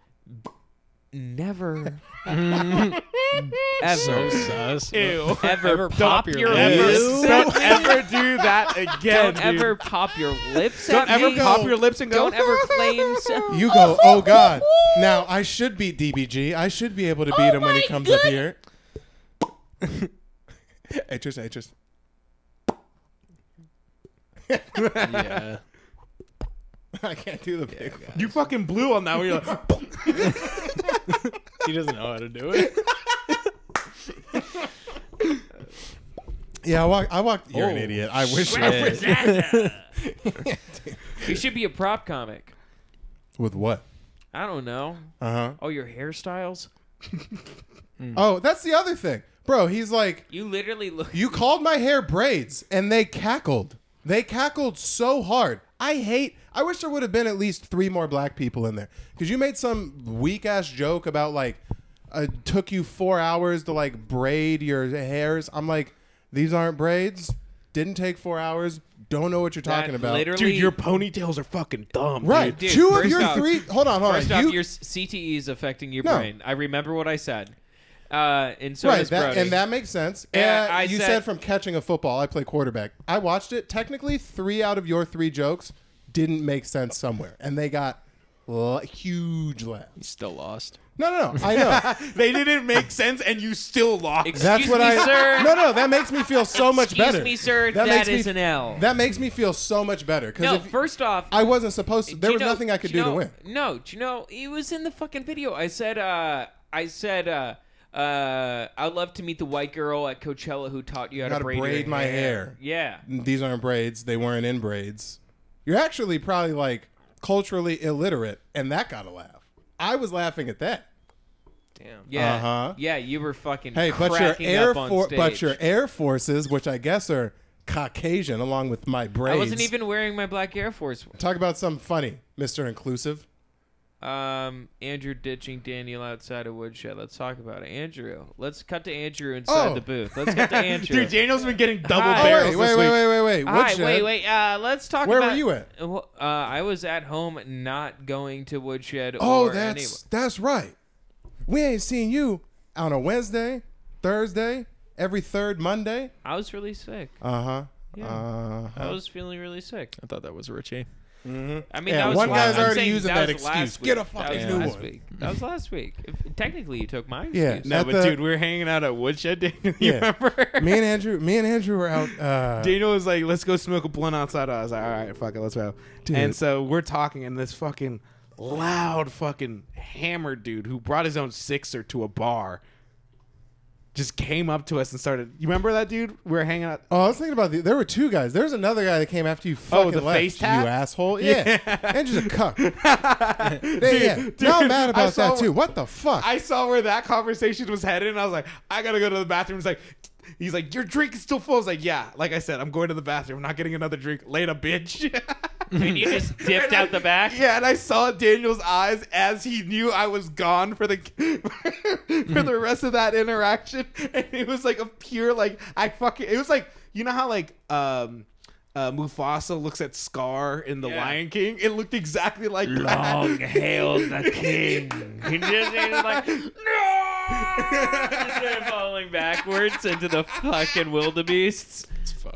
[SPEAKER 2] Never. ever.
[SPEAKER 3] So sus.
[SPEAKER 5] Ew.
[SPEAKER 2] ever,
[SPEAKER 3] Ever
[SPEAKER 2] pop,
[SPEAKER 3] pop
[SPEAKER 2] your
[SPEAKER 3] your
[SPEAKER 5] Ever-
[SPEAKER 2] lips.
[SPEAKER 3] Ew.
[SPEAKER 5] Don't ever do that again.
[SPEAKER 2] Don't
[SPEAKER 5] dude.
[SPEAKER 2] ever pop your lips
[SPEAKER 5] Don't
[SPEAKER 2] at
[SPEAKER 5] ever
[SPEAKER 2] me.
[SPEAKER 5] pop your lips and go.
[SPEAKER 2] Don't ever claim. So-
[SPEAKER 1] You go, oh god. Now I should beat DBG. I should be able to beat him when he
[SPEAKER 2] my
[SPEAKER 1] comes up
[SPEAKER 2] God.
[SPEAKER 1] here. hey Tristan, hey Tristan.
[SPEAKER 3] yeah.
[SPEAKER 1] I can't do the big. one.
[SPEAKER 5] You fucking blew on that one. You're like,
[SPEAKER 3] He doesn't know how to do it.
[SPEAKER 1] Yeah, I walked. I walked. You're an idiot. I wish. I wish.
[SPEAKER 2] you should be a prop comic.
[SPEAKER 1] With what?
[SPEAKER 2] I don't know.
[SPEAKER 1] Uh
[SPEAKER 5] Uh-huh.
[SPEAKER 1] huh.
[SPEAKER 2] Oh, your hairstyles.
[SPEAKER 1] Oh, that's the other thing. Bro, he's like,
[SPEAKER 2] You literally look.
[SPEAKER 1] You called my hair braids, and they cackled. They cackled so hard. I hate. I wish there would have been at least three more black people in there because you made some weak ass joke about like uh, took you four hours to like braid your hairs. I'm like, these aren't braids. Didn't take four hours. Don't know what you're
[SPEAKER 2] that
[SPEAKER 1] talking about.
[SPEAKER 2] Literally,
[SPEAKER 5] dude, your ponytails are fucking dumb.
[SPEAKER 1] right?
[SPEAKER 2] dude,
[SPEAKER 1] Two of
[SPEAKER 2] first
[SPEAKER 1] your
[SPEAKER 2] off-
[SPEAKER 1] three. Hold on, hold
[SPEAKER 2] First
[SPEAKER 1] on.
[SPEAKER 2] off,
[SPEAKER 1] You-
[SPEAKER 2] your s- CTE is affecting your
[SPEAKER 1] No.
[SPEAKER 2] brain. I remember what I said. Uh, and so
[SPEAKER 1] right,
[SPEAKER 2] does
[SPEAKER 1] that,
[SPEAKER 2] Brody.
[SPEAKER 1] and that makes sense.
[SPEAKER 2] Yeah,
[SPEAKER 1] Uh,
[SPEAKER 2] I
[SPEAKER 1] you
[SPEAKER 2] said-
[SPEAKER 1] said, from catching a football, I play quarterback. I watched it. Technically, three out of your three jokes didn't make sense somewhere, and they got l- huge laughs.
[SPEAKER 3] He's still lost.
[SPEAKER 1] No, no, no. I know.
[SPEAKER 5] they didn't make sense, and you still lost.
[SPEAKER 2] Excuse
[SPEAKER 1] That's what
[SPEAKER 2] me,
[SPEAKER 1] I.
[SPEAKER 2] sir.
[SPEAKER 1] No, no. That makes me feel so much
[SPEAKER 2] Excuse
[SPEAKER 1] better.
[SPEAKER 2] me, sir, that is an L.
[SPEAKER 1] That makes me feel so much better because
[SPEAKER 2] No, first off,
[SPEAKER 1] I wasn't supposed to. There
[SPEAKER 2] do you
[SPEAKER 1] was
[SPEAKER 2] know-
[SPEAKER 1] nothing I could do
[SPEAKER 2] you know-
[SPEAKER 1] to win.
[SPEAKER 2] No, do you know, it was in the fucking video. I said, uh, I said, uh, uh, I'd love to meet the white girl at Coachella who taught you how,
[SPEAKER 1] How to
[SPEAKER 2] braid, your
[SPEAKER 1] braid my hair.
[SPEAKER 2] Yeah.
[SPEAKER 1] These aren't braids. They weren't in braids. You're actually probably like culturally illiterate, and that got a laugh. I was laughing at that.
[SPEAKER 2] Yeah.
[SPEAKER 1] Uh-huh.
[SPEAKER 2] Yeah, you were fucking
[SPEAKER 1] Hey, but your
[SPEAKER 2] cracking
[SPEAKER 1] air
[SPEAKER 2] up on
[SPEAKER 1] for-
[SPEAKER 2] stage.
[SPEAKER 1] but your air forces, which I guess are Caucasian, along with my braids.
[SPEAKER 2] I wasn't even wearing my black Air Force.
[SPEAKER 1] talk about something funny, Mister Inclusive.
[SPEAKER 2] Um, Andrew ditching Daniel outside a woodshed. Let's talk about it. Andrew. Let's cut to Andrew inside
[SPEAKER 1] Oh.
[SPEAKER 2] the booth. Let's cut to Andrew.
[SPEAKER 5] Dude, Daniel's been getting double
[SPEAKER 2] Hi.
[SPEAKER 1] Oh,
[SPEAKER 5] barrels.
[SPEAKER 1] wait, wait, wait, wait, wait, wait.
[SPEAKER 2] Hi,
[SPEAKER 1] Woodshed.
[SPEAKER 2] wait, wait. Uh, let's talk.
[SPEAKER 1] Where were
[SPEAKER 2] about,
[SPEAKER 1] you at?
[SPEAKER 2] Uh, well, Uh, I was at home, not going to woodshed.
[SPEAKER 1] Oh,
[SPEAKER 2] or
[SPEAKER 1] that's
[SPEAKER 2] any-
[SPEAKER 1] that's right. We ain't seen you on a Wednesday, Thursday, every third Monday.
[SPEAKER 2] I was really sick.
[SPEAKER 1] Uh huh.
[SPEAKER 2] Yeah.
[SPEAKER 1] Uh
[SPEAKER 2] I
[SPEAKER 1] huh.
[SPEAKER 2] was feeling really sick.
[SPEAKER 3] I thought that was Richie.
[SPEAKER 2] I mean,
[SPEAKER 1] Yeah,
[SPEAKER 2] that was
[SPEAKER 1] one
[SPEAKER 2] last-
[SPEAKER 1] guy's
[SPEAKER 2] I'm
[SPEAKER 1] already
[SPEAKER 2] saying
[SPEAKER 1] using
[SPEAKER 2] that
[SPEAKER 1] that
[SPEAKER 2] was last
[SPEAKER 1] excuse. Get
[SPEAKER 2] week.
[SPEAKER 1] a fucking
[SPEAKER 2] that was
[SPEAKER 1] new
[SPEAKER 2] last
[SPEAKER 1] one.
[SPEAKER 2] Week. That was last week. If- technically, you took my
[SPEAKER 1] Yeah,
[SPEAKER 2] excuse.
[SPEAKER 1] no.
[SPEAKER 5] No,
[SPEAKER 1] At
[SPEAKER 5] but
[SPEAKER 1] the-
[SPEAKER 5] dude, we were hanging out at Woodshed, Daniel. You
[SPEAKER 1] Yeah.
[SPEAKER 5] remember?
[SPEAKER 1] Me and Andrew, me and Andrew were out. Uh,
[SPEAKER 5] Daniel was like, "Let's go smoke a blunt outside." I was like, "All right, fuck it, let's go."
[SPEAKER 1] Dude.
[SPEAKER 5] And so we're talking, and this fucking loud, fucking hammered dude who brought his own sixer to a bar just came up to us and started. You remember that dude? We were hanging out.
[SPEAKER 1] oh, I was thinking about the. There were two guys. There was another guy that came after you. Fucking
[SPEAKER 5] Oh, the
[SPEAKER 1] left,
[SPEAKER 5] face
[SPEAKER 1] you
[SPEAKER 5] tap?
[SPEAKER 1] asshole. Yeah, Andrew's a cuck. They- yeah.
[SPEAKER 5] Dude,
[SPEAKER 1] Now I'm
[SPEAKER 5] dude,
[SPEAKER 1] mad
[SPEAKER 5] I
[SPEAKER 1] about
[SPEAKER 5] saw-
[SPEAKER 1] that too. What the fuck?
[SPEAKER 5] I saw where that conversation was headed, and I was like, "I gotta go to the bathroom." He's like. He's like, your drink is still full. I was like, yeah. Like I said, I'm going to the bathroom. I'm not getting another drink. Later, bitch.
[SPEAKER 2] And you just dipped out the back.
[SPEAKER 5] Yeah, and I saw Daniel's eyes as he knew I was gone for the for the rest of that interaction, and it was like a pure like I fucking it was like you know how like um uh, Mufasa looks at Scar in The
[SPEAKER 2] Yeah.
[SPEAKER 5] Lion King. It looked exactly like
[SPEAKER 2] Long
[SPEAKER 5] that.
[SPEAKER 2] hail the king. He just he was like, no! Just started falling backwards into the fucking wildebeests.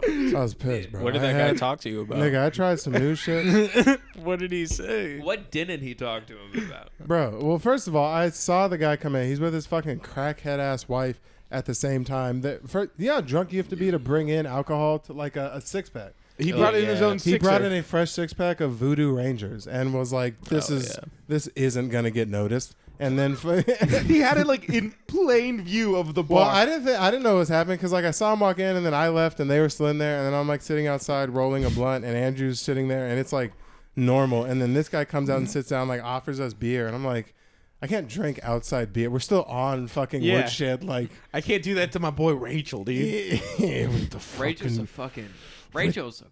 [SPEAKER 1] I was pissed, bro.
[SPEAKER 3] What did
[SPEAKER 1] I
[SPEAKER 3] that guy
[SPEAKER 1] had-
[SPEAKER 3] talk to you about?
[SPEAKER 1] Nigga, I tried some new shit.
[SPEAKER 3] What did he say?
[SPEAKER 2] What didn't he talk to him about?
[SPEAKER 1] Bro, well, first of all, I saw the guy come in. He's with his fucking crackhead ass wife at the same time. That for you know how drunk you have to be to bring in alcohol to like a, a six pack.
[SPEAKER 5] He brought in his
[SPEAKER 3] yeah.
[SPEAKER 5] own.
[SPEAKER 1] He
[SPEAKER 5] sixer.
[SPEAKER 1] brought in a fresh six pack of Voodoo Rangers and was like, "This
[SPEAKER 3] Oh,
[SPEAKER 1] is
[SPEAKER 3] yeah.
[SPEAKER 1] this isn't gonna get noticed." And then, f-
[SPEAKER 5] he had it like in plain view of the bar.
[SPEAKER 1] well, I didn't think I didn't know what was happening because like I saw him walk in and then I left and they were still in there and then I'm like sitting outside rolling a blunt and Andrew's sitting there and it's like normal and then this guy comes out and sits down like offers us beer and I'm like. I can't drink outside beer. We're still on fucking
[SPEAKER 5] Yeah.
[SPEAKER 1] woodshed. Like,
[SPEAKER 5] I can't do that to my boy Rachel, dude.
[SPEAKER 1] what the
[SPEAKER 2] Rachel's a
[SPEAKER 1] fucking?
[SPEAKER 2] fucking. Rachel's a.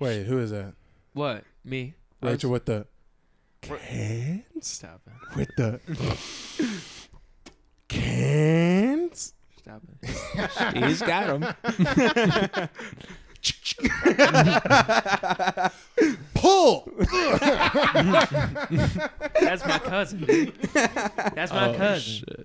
[SPEAKER 1] Wait, who is that?
[SPEAKER 2] What? Me?
[SPEAKER 1] Rachel with the cans.
[SPEAKER 2] Stop it.
[SPEAKER 1] With the cans.
[SPEAKER 2] Stop it.
[SPEAKER 3] He's got him.
[SPEAKER 1] Pull.
[SPEAKER 2] That's my cousin. dude. That's my
[SPEAKER 1] Oh,
[SPEAKER 2] cousin.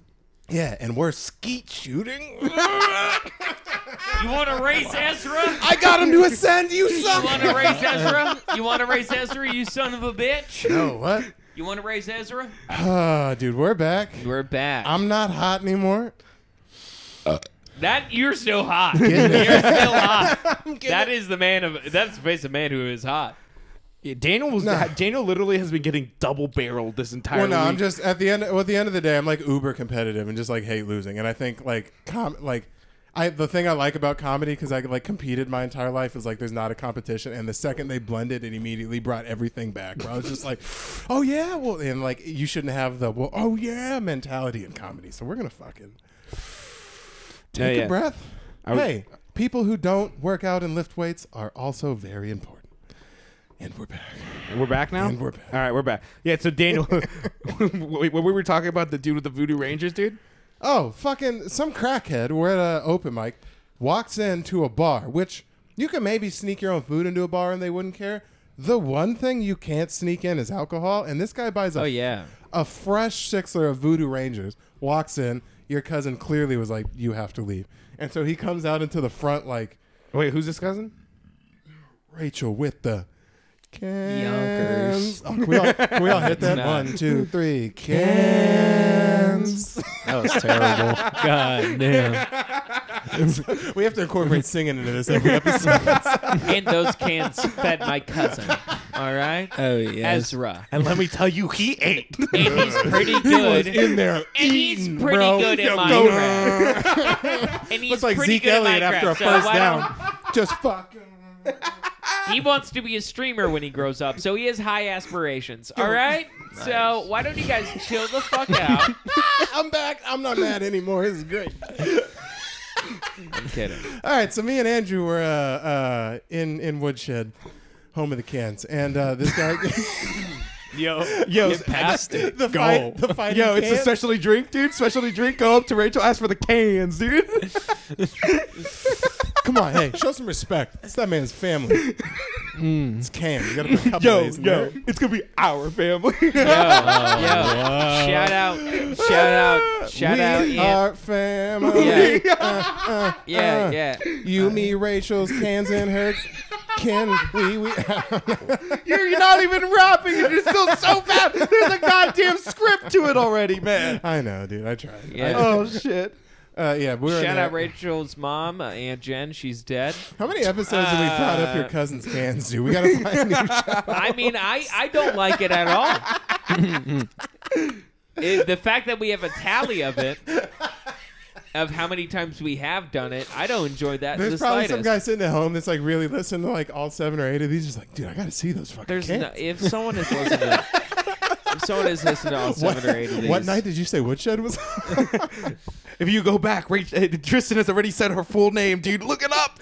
[SPEAKER 1] Yeah, and we're skeet shooting.
[SPEAKER 2] You want to race Ezra?
[SPEAKER 1] I got him to ascend. You
[SPEAKER 2] You want
[SPEAKER 1] suck.
[SPEAKER 2] to race Ezra? You want to race Ezra? You son of a bitch!
[SPEAKER 1] No, what?
[SPEAKER 2] You want to race Ezra?
[SPEAKER 1] Ah, dude, we're back.
[SPEAKER 2] We're back.
[SPEAKER 1] I'm not hot anymore.
[SPEAKER 2] that you're still hot. You're
[SPEAKER 1] Get it.
[SPEAKER 2] still hot. That is the man of. That's the face of man who is hot.
[SPEAKER 5] Yeah, Daniel was
[SPEAKER 1] Nah.
[SPEAKER 5] Daniel literally has been getting double barreled this entire.
[SPEAKER 1] Well, no, I'm
[SPEAKER 5] week.
[SPEAKER 1] just at the end. Well, at the end of the day, I'm like uber competitive and just like hate losing. And I think like com like. I, the thing I like about comedy because I like competed my entire life is like there's not a competition and the second they blended it immediately brought everything back. Where I was just like, oh yeah, well and like you shouldn't have the well oh yeah mentality in comedy. So we're gonna fucking take
[SPEAKER 5] yeah.
[SPEAKER 1] a breath.
[SPEAKER 5] was-
[SPEAKER 1] hey, people who don't work out and lift weights are also very important. And we're back.
[SPEAKER 5] We're back now.
[SPEAKER 1] And we're back.
[SPEAKER 5] All right, we're back. Yeah. So Daniel, when we were talking about the dude with the Voodoo Rangers, dude.
[SPEAKER 1] Oh, fucking some crackhead. We're at a open mic. Walks into a bar, which you can maybe sneak your own food into a bar and they wouldn't care. The one thing you can't sneak in is alcohol, and this guy buys a
[SPEAKER 2] Oh yeah.
[SPEAKER 1] a fresh sixer of Voodoo Rangers. Walks in. Your cousin clearly was like, "You have to leave," and so he comes out into the front like
[SPEAKER 5] Wait, who's this cousin?
[SPEAKER 1] Rachel with the Cans.
[SPEAKER 3] Yonkers.
[SPEAKER 1] Oh, can, we all, can we all hit that?
[SPEAKER 2] Nah.
[SPEAKER 1] One, two, three. Cans.
[SPEAKER 3] That was terrible. God damn.
[SPEAKER 1] we have to incorporate singing into this every episode.
[SPEAKER 2] and those cans fed my cousin. All right,
[SPEAKER 1] Uh,
[SPEAKER 3] Oh yeah.
[SPEAKER 2] Ezra,
[SPEAKER 4] And let me tell you, he ate.
[SPEAKER 2] and he's pretty good.
[SPEAKER 1] in there.
[SPEAKER 2] and he's
[SPEAKER 1] eating,
[SPEAKER 2] pretty
[SPEAKER 1] bro.
[SPEAKER 2] good
[SPEAKER 1] Yo,
[SPEAKER 2] at
[SPEAKER 1] go-
[SPEAKER 2] Minecraft. and he's
[SPEAKER 1] Looks like
[SPEAKER 2] pretty
[SPEAKER 1] Zeke
[SPEAKER 2] good at
[SPEAKER 1] Elliott after a
[SPEAKER 2] Minecraft, so
[SPEAKER 1] first
[SPEAKER 2] why don't-
[SPEAKER 1] down. Just fucking.
[SPEAKER 2] He wants to be a streamer when he grows up, so he has high aspirations. All right. So why don't you guys chill the fuck out?
[SPEAKER 1] I'm back. I'm not mad anymore. This is great.
[SPEAKER 2] I'm kidding.
[SPEAKER 1] All right, so me and Andrew were uh, uh, in in Woodshed, home of the cans, and uh, this guy.
[SPEAKER 2] Yo,
[SPEAKER 5] Yo,
[SPEAKER 3] Passed it.
[SPEAKER 1] the fight, the fight.
[SPEAKER 5] Yo, Oh, it's a
[SPEAKER 1] cans.
[SPEAKER 5] specialty drink, dude. Specialty drink. Go up to Rachel, ask for the cans, dude.
[SPEAKER 1] Come on, hey, show some respect. It's that man's family. Mm. It's cans. You gotta put a couple
[SPEAKER 5] Yo,
[SPEAKER 1] days in
[SPEAKER 5] yo,
[SPEAKER 1] there.
[SPEAKER 5] it's gonna be our family.
[SPEAKER 2] yo, yo! Shout out! Shout out! Shout
[SPEAKER 1] we
[SPEAKER 2] out! Ian.
[SPEAKER 1] are family.
[SPEAKER 2] Yeah.
[SPEAKER 1] Uh, uh,
[SPEAKER 2] Yeah,
[SPEAKER 1] uh.
[SPEAKER 2] yeah.
[SPEAKER 1] You, me, Rachel's cans and her. Can we? we
[SPEAKER 5] you're, you're not even rapping, and you're still so bad. There's a goddamn script to it already, man.
[SPEAKER 1] I know, dude. I tried.
[SPEAKER 2] Yeah.
[SPEAKER 5] Oh shit.
[SPEAKER 1] Uh, yeah, we were. in
[SPEAKER 2] Shout
[SPEAKER 1] there.
[SPEAKER 2] out Rachel's mom, uh, Aunt Jen. She's dead.
[SPEAKER 1] How many episodes have we brought up your
[SPEAKER 2] Uh,
[SPEAKER 1] cousin's cans, dude? We gotta find a new show.
[SPEAKER 2] I mean, I, I don't like it at all. It- the fact that we have a tally of it, of how many times we have done it, I don't enjoy that. in
[SPEAKER 1] There's
[SPEAKER 2] the
[SPEAKER 1] probably some
[SPEAKER 2] slightest.
[SPEAKER 1] guy sitting at home that's like really listening to like all seven or eight of these. Just like, dude, I gotta see those fucking
[SPEAKER 2] There's
[SPEAKER 1] cans.
[SPEAKER 2] no, if someone is listening, to, if someone is listening to all seven or eight of these,
[SPEAKER 1] What night did you say Woodshed was? on?
[SPEAKER 5] If you go back, Rachel, uh, Tristan has already said her full name, dude. Look it up.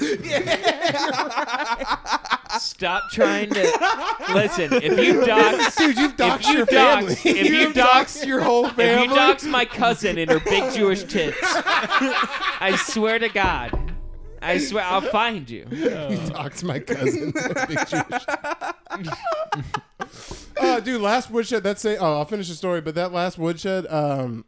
[SPEAKER 2] stop trying to listen. If you dox,
[SPEAKER 1] dude, you've doxed
[SPEAKER 2] if you
[SPEAKER 1] your
[SPEAKER 2] dox,
[SPEAKER 1] family.
[SPEAKER 2] if you dox
[SPEAKER 5] your whole
[SPEAKER 2] If
[SPEAKER 5] family.
[SPEAKER 2] you dox my cousin in her big Jewish tits, I swear to God, I swear I'll find you.
[SPEAKER 1] you
[SPEAKER 5] Uh-huh.
[SPEAKER 1] doxed my cousin. Big Jewish. uh, dude, last Woodshed. That's it. Oh, I'll finish the story, but that last Woodshed. Um,